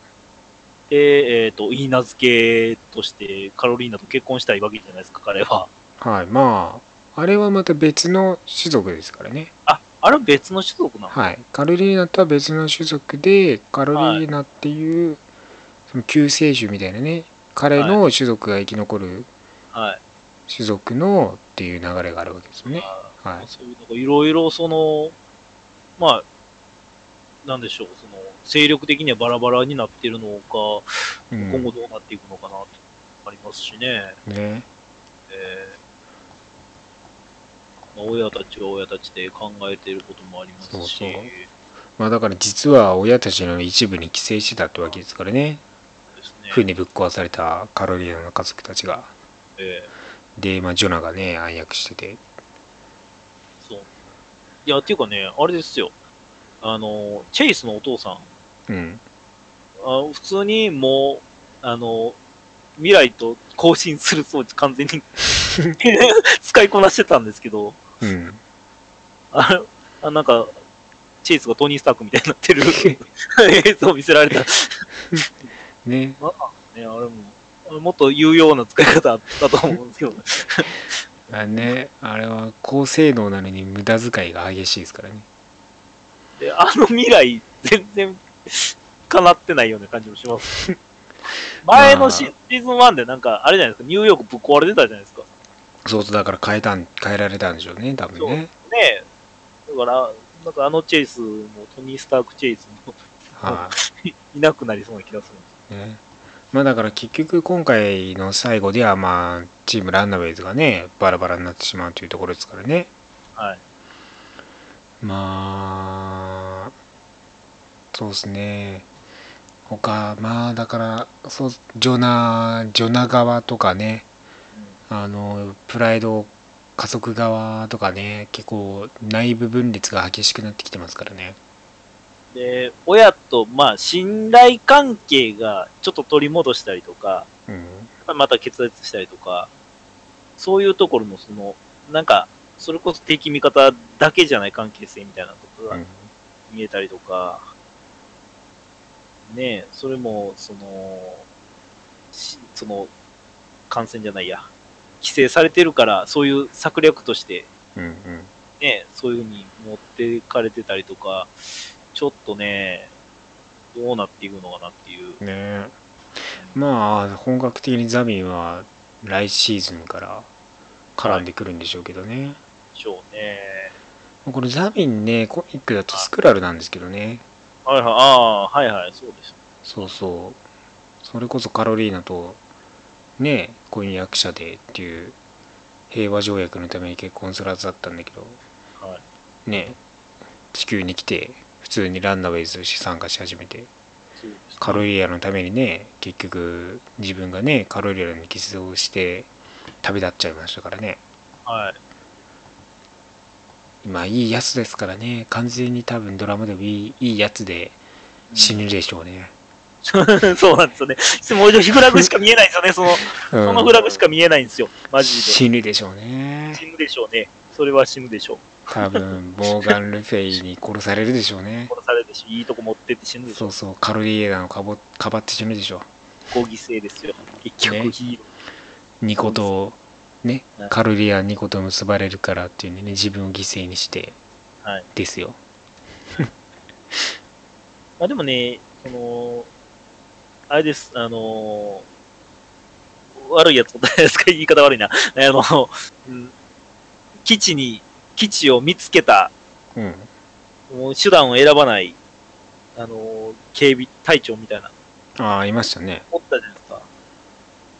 S2: で、えっ、と、いい名付けとしてカロリーナと結婚したいわけじゃないですか、彼は。
S3: はいまああれはまた別の種族ですからね
S2: あ、あれは別の種族なの、
S3: はい、カロリーナとは別の種族でカロリーナっていう、その救世主みたいなね彼の種族が生き残る
S2: はい、
S3: 種族のっていう流れがあるわけですよね。
S2: あ
S3: はい
S2: そういうのがいろいろその、まあ、なんでしょう、その、勢力的にはバラバラになってるのか、
S3: う
S2: 今後
S3: ん
S2: どうなっていくのかなとありますしね、
S3: ね、
S2: えーまあ親たちは親たちで考えていることもありますし、
S3: そうそうまあ、だから実は親たちの一部に寄生してたってわけですからね
S2: です
S3: 船
S2: ね、
S3: にぶっ壊されたカロリーナの家族たちが。
S2: え
S3: で、まあ、ジョナがね暗躍してて
S2: ーそういや、っていうかね、あれですよ。あの、チェイスのお父さん、
S3: うん。
S2: あ普通にもう、あの、未来と更新する装置完全に使いこなしてたんですけど、
S3: うん。
S2: ああなんか、チェイスがトニー・スタークみたいになってる映像を見せられた。
S3: ね。
S2: ね、あれも、あれもっと有用な使い方あったと思うんですけど、
S3: あね、あれは高性能なのに無駄遣いが激しいですからね。
S2: であの未来、全然叶ってないような感じもします。前のシシーズン1でなんか、あれじゃないですか、ニューヨークぶっ壊れてたじゃないですか。
S3: そうそう、だから変えたん、変えられたんでしょうね、多分ね。
S2: ねえ。だから、なんかあのチェイスも、トニー・スターク・チェイスも
S3: はい
S2: なくなりそうな気がするんです。
S3: い、ね。まあだから結局今回の最後ではまあ、チームランナウェイズがね、バラバラになってしまうというところですからね。
S2: はい。
S3: まあ、そうですね。他、まあだから、そう、ジョナ、ジョナ側とかね、あの、プライド加速側とかね、結構内部分裂が激しくなってきてますからね。
S2: で、親と、まあ、信頼関係がちょっと取り戻したりとか、
S3: うん。
S2: また決裂したりとか、そういうところの、その、なんか、それこそ敵味方だけじゃない関係性みたいなところが
S3: うん
S2: 見えたりとか、ねえ、それも、その、しその、感染じゃないや、規制されてるから、そういう策略として、
S3: うんうん。
S2: ね、そういうふうに持ってかれてたりとか、ちょっとね、どうなっていくのかなっていう。
S3: ねえまあ本格的にザビンは来シーズンから絡んでくるんでしょうけどね、
S2: でしょうね。
S3: これザビンねコミックだとスクラルなんですけどね
S2: はいはい、ああー、はいはい、そうです。
S3: そうそうそれこそカロリーナとね婚約者でっていう平和条約のために結婚するはずだったんだけど
S2: はい。
S3: ね地球に来て普通にランナウェイズし参加し始めて
S2: そうです
S3: カロリアのためにね結局自分がねカロリアに寄生をして旅立っちゃいましたからね
S2: はい。
S3: 今いいやつですからね完全に多分ドラマでもいいいいやつで死ぬでしょうね、
S2: そうなんです *laughs* よね。もう一度フラグしか見えないですよね。その、
S3: うん
S2: そのフラグしか見えないんですよ。マジで。
S3: 死ぬでしょうね
S2: *laughs* 死ぬでしょうね。それは死ぬでしょう。
S3: 多分モーガン・ルフェイに殺されるでしょうね
S2: 殺されるし、いいとこ持ってって死ぬでし
S3: そ
S2: ょう
S3: う。そうカロリーナをかぼかばって死ぬでしょ
S2: ご犠牲ですよ。結
S3: ね
S2: 局ヒーロ
S3: うニコとね
S2: はい
S3: カロリアニコと結ばれるからっていうのにね自分を犠牲にして
S2: ー。はい。
S3: ですよ
S2: まあでもね、その、あれです、あのー悪いやつおったじゃないですか、 *laughs* 言い方悪いな。あの、うん基地に、基地を見つけた、
S3: うん
S2: もう手段を選ばない、あのー警備隊長みたいな、
S3: ああいましたね
S2: おったじゃないですか。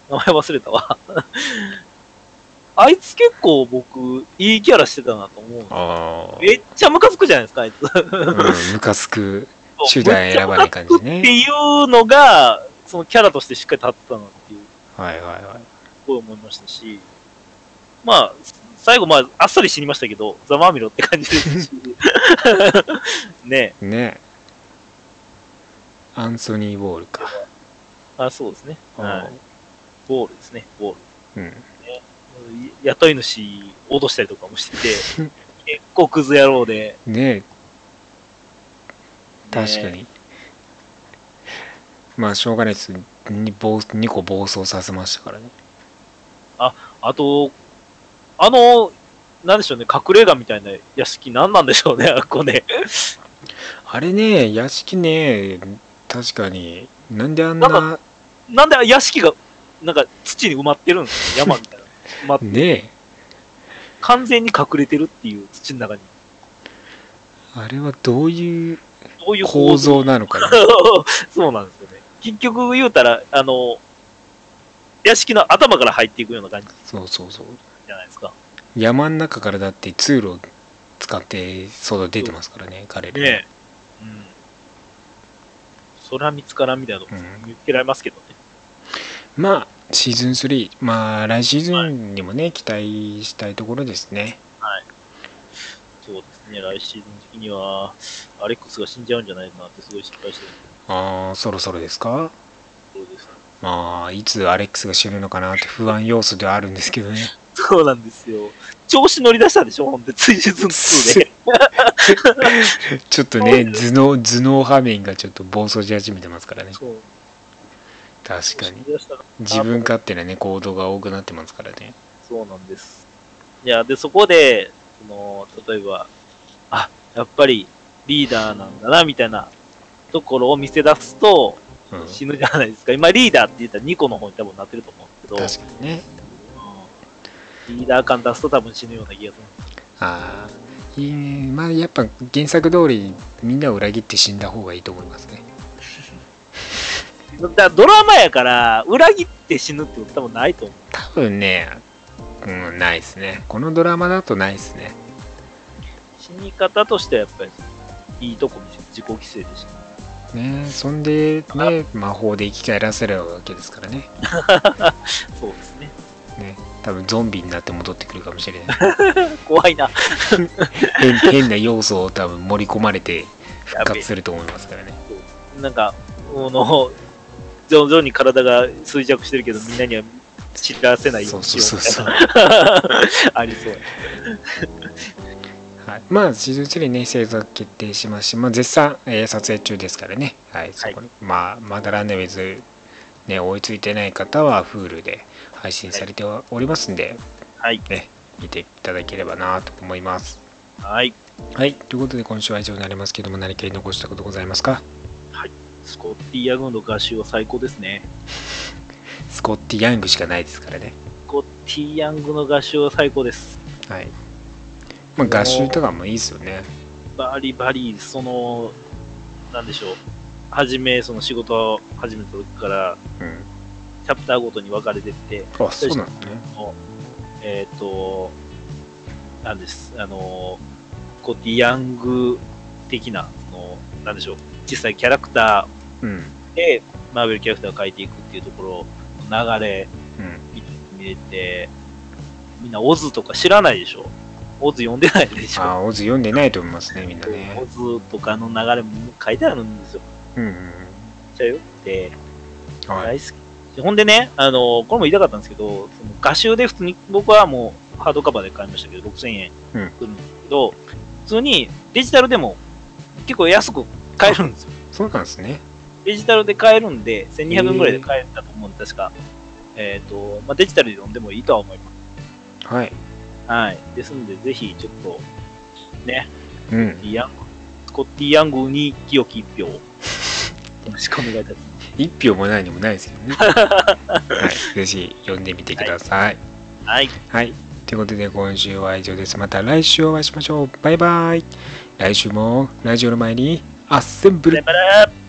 S2: 名前忘れたわ。 *laughs* あいつ結構僕、いいキャラしてたなと思う。
S3: ああ
S2: めっちゃムカつくじゃないですか、あいつ。 *laughs*
S3: うんムカつく手
S2: そう
S3: 段選ばない感じね
S2: っていうのが、そのキャラとしてしっかり立ってたなっていう、す
S3: はいはいはい
S2: ごい思いましたし、まあ、最後、まあ、あっさり死にましたけど、ざまみろって感じですし、 *laughs* ね
S3: ねアンソニー・ウォールか、
S2: あそうですね、はい、ボールですね、ボール。
S3: うん
S2: 雇い主、落としたりとかもしてて、
S3: *laughs*
S2: 結構クズ野郎で、
S3: ね
S2: ね
S3: 確かに、まあしょうがないですに暴2個暴走させましたからね
S2: あと、あの、なんでしょうね、隠れ家みたいな屋敷、なんなんでしょうね、あっこね。
S3: あれね屋敷ね確かになんであんな
S2: ななんで屋敷が、なんか土に埋まってるんですよ、山
S3: *laughs*
S2: みたいな。埋まって
S3: ね
S2: 完全に隠れてるっていう土の中に。
S3: あれはどういう
S2: どういう
S3: 構造なのかな
S2: *laughs* そうなんですよね。結局言うたら、あの、屋敷の頭から入っていくような感じ
S3: そうそうそう
S2: じゃないですか。
S3: 山の中からだって通路を使って外出てますからね彼ら
S2: ねえ。うん。空見つからんみたいなとこ
S3: うん
S2: 見つけられますけどね。
S3: まあシーズン3まあ来シーズンにもね、期待したいところですね
S2: そうですね、来シーズン的には、アレックスが死んじゃうんじゃないかなってすごい心配してる
S3: ああ、そろそろですか
S2: ところです。
S3: まあ、いつアレックスが死ぬのかなって不安要素ではあるんですけどね。 *laughs*
S2: そうなんですよ。調子乗り出したでしょ、ほんで、ついシーズン2で。
S3: *laughs* ちょっとね、頭脳、頭脳波面がちょっと暴走し始めてますからね。
S2: そう。
S3: 確かに
S2: 調子。乗り出したら
S3: 自分勝手なね、行動が多くなってますからね。
S2: そうなんです。いや、で、そこで、その、例えば、あ、やっぱりリーダーなんだな、みたいなところを見せ出すと、
S3: うん。
S2: 死ぬじゃないですか。今、リーダーって言ったら2個の方に多分なってると思うんですけど、
S3: 確かにね。
S2: うんリーダー感出すと多分死ぬような気がする。
S3: ああ、いいね。まあ、やっぱ原作通りみんなを裏切って死んだ方がいいと思いますね。
S2: だからドラマやから、裏切って死ぬってこと多分ないと思う。
S3: 多分ね、うん、ないですね。このドラマだとないですね。
S2: 死に方としてはやっぱり、いいとこ見せる。自己規制でし
S3: ねそんでね、魔法で生き返らせるわけですからね。
S2: た。そうですね。
S3: ね多分ゾンビになって戻ってくるかもしれない。 *laughs*
S2: 怖いな。
S3: 変変な要素を多分盛り込まれて復活すると思いますからね。
S2: なんか、この、徐々に体が衰弱してるけど、みんなには知らせない
S3: そ
S2: よ
S3: う
S2: うに
S3: そうそう *laughs* そう。
S2: う。ありそうや。
S3: はい、まあシーズン3ね製作決定しますし、まあ、絶賛、えー撮影中ですからね、はいそこにまあ、まだランナウェイズ、ね、追いついてない方は Hulu で配信されておりますんで、
S2: はい。
S3: 見ていただければなと思います。
S2: はい。
S3: はい、ということで今週は以上になりますけども何か言い残したことございますか
S2: スコッティ・ヤングの合集は最高ですね。
S3: スコッティ・ヤングしかないですからね。
S2: スコッティ・ヤングの合集は最高です。
S3: はいまあ、合集とかもいいですよね。
S2: バリバリ、その、なんでしょう。はじめ、その仕事を始めた時から、
S3: うん、
S2: チャプターごとに分かれてって、
S3: あそうなんだね。
S2: えっ、と、なんです、あの、こう、ディヤング的な、その、なんでしょう、小さいキャラクタ
S3: うんうん
S2: ーで、マーベルキャラクターを描いていくっていうところの流れ、見れて、みんなオズとか知らないでしょオズ読んでないでし
S3: あ
S2: ょ
S3: あ、オズ読んでないと思いますね、みんな
S2: オ
S3: ね。
S2: ズとかの流れも書いてあるんですよ。
S3: うんうん
S2: ちゃよって、
S3: うん。はい。
S2: 大好き。ほんでね、あの、これも言いたかったんですけど、その画集で普通に、僕はもうハードカバーで買いましたけど、6000円
S3: うん
S2: するんですけど、普通にデジタルでも結構安く買
S3: *laughs*
S2: えるんですよ。
S3: そうなんですね。
S2: デジタルで買えるんで、1200円ぐらいで買えたと思うんで、確か。えっ、と、まあ、デジタルで読んでもいいとは思います。
S3: はい。
S2: はい。ですんで、ぜひ、ちょっと、ね、
S3: うん。
S2: ヤング、スコッティ・ヤングに清き一票を、よろしくお願いいたしま
S3: 一票もないにもないですけ *laughs* どね。はい。ぜひ読んでみてください。
S2: す。はい。
S3: はい。ということで今週は以上です。また来週お会いしましょう。バイバイ。来週もラジオの前にアッセンブル
S2: さよなら